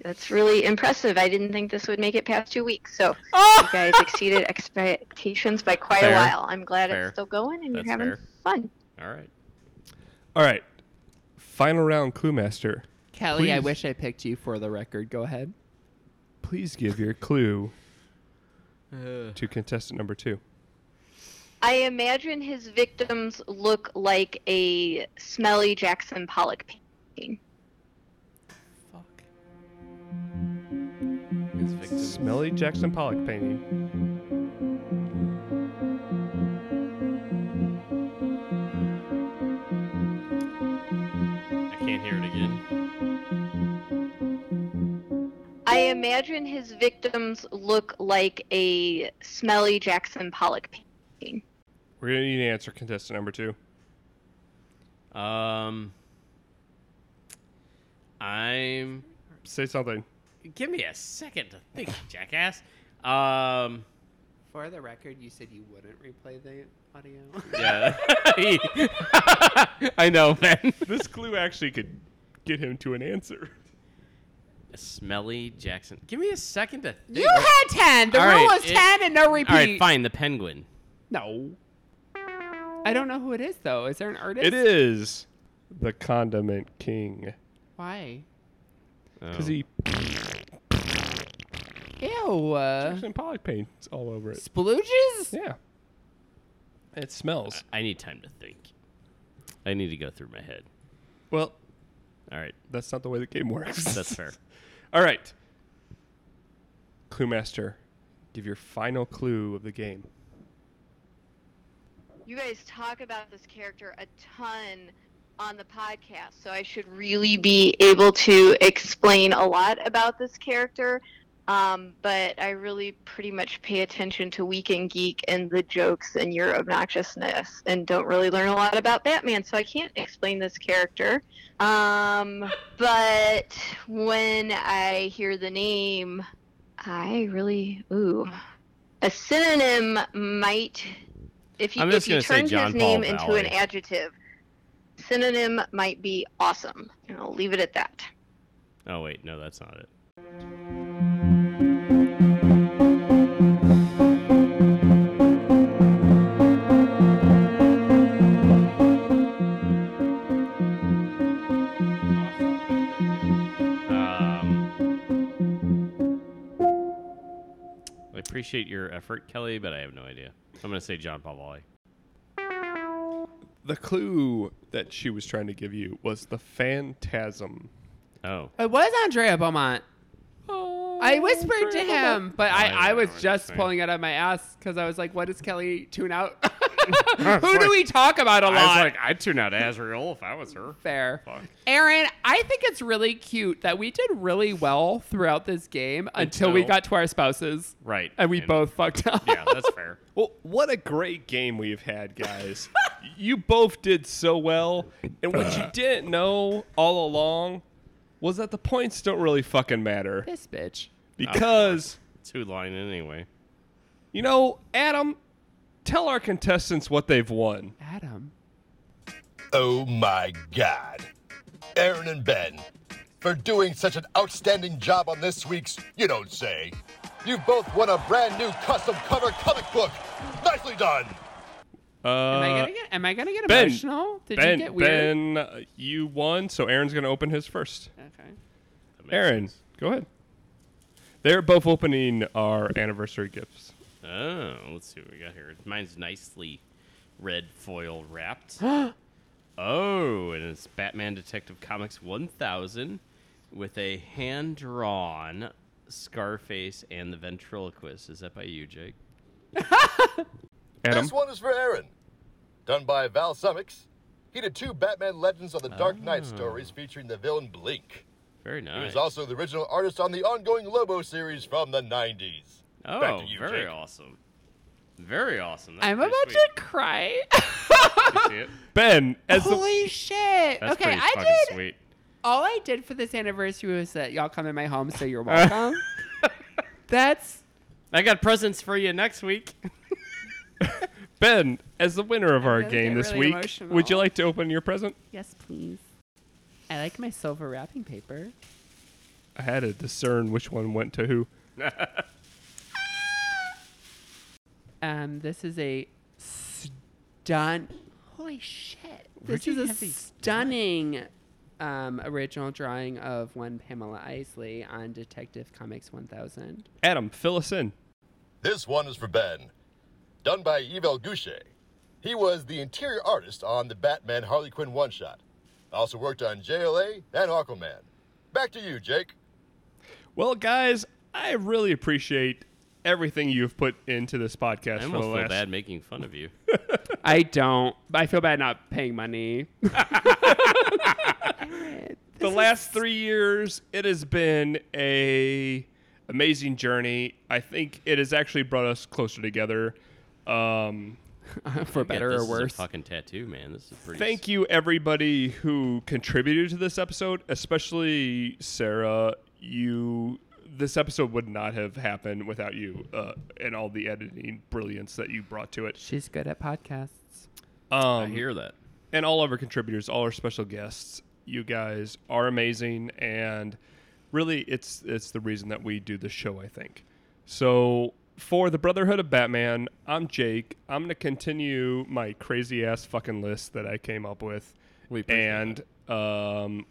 S18: that's really impressive. I didn't think this would make it past two weeks, so you guys exceeded expectations by quite
S4: Fair.
S18: a while. I'm glad
S4: Fair.
S18: it's still going and
S4: That's
S18: you're having
S4: fair.
S18: fun.
S7: All right.
S4: All right, final round clue master.
S8: Kelly, I
S4: Please-
S8: wish I picked you for the record. Go ahead.
S4: Please give your clue
S8: Ugh.
S4: to contestant number two.
S18: I imagine his victims look like a smelly Jackson Pollock painting.
S4: Smelly Jackson Pollock painting.
S7: I can't hear it again.
S18: I imagine his victims look like a smelly Jackson Pollock painting.
S4: We're gonna need an answer, contestant number two.
S7: Um, I'm.
S4: Say something.
S7: Give me a second to think, jackass. Um,
S8: For the record, you said you wouldn't replay the audio.
S7: yeah.
S4: I know, Ben. this clue actually could get him to an answer.
S7: A smelly Jackson. Give me a second to think.
S8: You had 10. The
S7: All
S8: rule
S7: right,
S8: was
S7: it-
S8: 10 and no
S7: All right,
S8: repeat.
S7: fine. The penguin.
S8: No. I don't know who it is, though. Is there an artist?
S4: It is the Condiment King
S8: Why?
S4: because he
S8: Ew. Uh,
S4: Jackson Pollock paints all over it.
S8: splooges?
S4: Yeah. It smells.
S7: I need time to think. I need to go through my head.
S4: Well,
S7: all right.
S4: That's not the way the game works.
S7: That's fair.
S4: all right. Clue Master, give your final clue of the game.
S18: You guys talk about this character a ton on the podcast, so I should really be able to explain a lot about this character. Um, but I really pretty much pay attention to Weekend Geek and the jokes and your obnoxiousness, and don't really learn a lot about Batman, so I can't explain this character. Um, but when I hear the name, I really ooh, a synonym might if you
S7: I'm
S18: if
S7: just
S18: you
S7: gonna say
S18: turned
S7: John
S18: his
S7: Paul
S18: name into an
S7: Valery.
S18: adjective, synonym might be awesome, and I'll leave it at that.
S7: Oh wait, no, that's not it. Um, I appreciate your effort, Kelly, but I have no idea. I'm gonna say John Paul
S4: The clue that she was trying to give you was the Phantasm.
S7: Oh.
S8: It was Andrea Beaumont. I whispered to him, but I, I was just pulling it out of my ass because I was like, what does Kelly tune out? Who do we talk about a lot?
S7: I'd tune out Azrael if I was her.
S8: Fair. Aaron, I think it's really cute that we did really well throughout this game until, we
S4: Until-
S8: got to our spouses.
S7: Right.
S8: And we both fucked up.
S7: Yeah, that's fair.
S4: Well, what a great game we've had, guys. you both did so well. And what you didn't know all along was that the points don't really fucking matter.
S8: This bitch.
S4: Because,
S7: Two line anyway.
S4: you know, Adam, tell our contestants what they've won.
S8: Adam.
S19: Oh my God. Aaron and Ben, for doing such an outstanding job on this week's You Don't Say. You both won a brand new custom cover comic book. Nicely done.
S4: Uh,
S8: Am I gonna get am I gonna get
S4: ben,
S8: emotional? Did
S4: ben,
S8: you get weird?
S4: Ben, uh, you won, so Aaron's going to open his first.
S8: Okay.
S4: Aaron, go ahead. They're both opening our anniversary gifts.
S7: Oh, let's see what we got here. Mine's nicely red foil wrapped. oh, and it's Batman Detective Comics 1000 with a hand drawn Scarface and the ventriloquist. Is that by you, Jake?
S19: This one is for Aaron. Done by Val Summix. He did two Batman Legends of the Dark Knight stories featuring the villain Blink.
S7: Very Ah. nice.
S19: He was also the original artist on the ongoing Lobo series from the 90s. Back
S7: Oh,
S19: to you,
S7: very
S19: Jake.
S7: awesome. Very awesome. That's
S8: I'm
S7: pretty
S8: about
S7: sweet.
S8: to cry.
S7: You see it?
S4: Ben, as the-
S8: Holy shit!
S7: That's
S8: okay,
S7: pretty
S8: I
S7: fucking
S8: did.
S7: sweet.
S8: All I did for this anniversary was that y'all come in my home, so you're welcome. That's
S7: I got presents for you next week.
S4: Ben, as the winner of our
S8: gonna
S4: game
S8: get
S4: this
S8: really
S4: week, would you
S8: emotional.
S4: like to open your present?
S8: yes, please. I like my silver wrapping paper.
S4: I had to discern which one went to who.
S8: Um, this is a stun. Holy shit! This
S12: Where'd you have
S8: is a
S12: these?
S8: stunning um, original drawing of one Pamela Isley on Detective Comics 1000.
S4: Adam, fill us in.
S19: This one is for Ben, done by Yvel Gouche. He was the interior artist on the Batman Harley Quinn one shot. Also worked on JLA and Aquaman. Back to you, Jake.
S4: Well, guys, I really appreciate everything you've put into this podcast
S7: I
S4: for the
S7: almost feel
S4: last.
S7: bad making fun of you.
S8: I don't. I feel bad not paying money.
S4: the last three years, it has been a amazing journey. I think it has actually brought us closer together. Um,
S8: for
S7: Yeah, this Is a fucking tattoo, man. This is pretty.
S4: Thank you, everybody who contributed to this episode, especially Sarah. You, this episode would not have happened without you uh, and all the editing brilliance that you brought to it.
S8: She's good at podcasts.
S4: Um, I
S7: hear that.
S4: And all of our contributors, all our special guests, you guys are amazing, and really, it's it's the reason that we do this show. I think. So for the Brotherhood of Batman, I'm Jake. I'm gonna continue my crazy ass fucking list that I came up with, and um,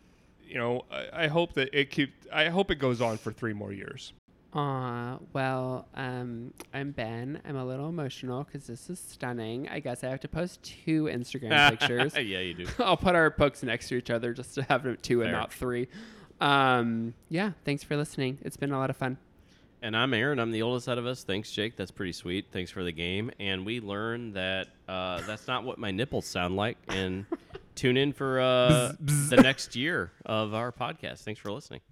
S4: you know, I, I hope that it keep. I hope it goes on for three more years.
S8: Aw, well, um, I'm Ben. I'm a little emotional because this is stunning. I guess I have to post two Instagram pictures.
S7: Yeah, you do.
S8: I'll put our books next to each other just to have two and
S7: Fair.
S8: not three. Um, yeah, thanks for listening. It's been a lot of fun.
S7: And I'm Aaron. I'm the oldest out of us. Thanks, Jake. That's pretty sweet. Thanks for the game. And we learned that uh, that's not what my nipples sound like. And tune in for uh, the next year of our podcast. Thanks for listening.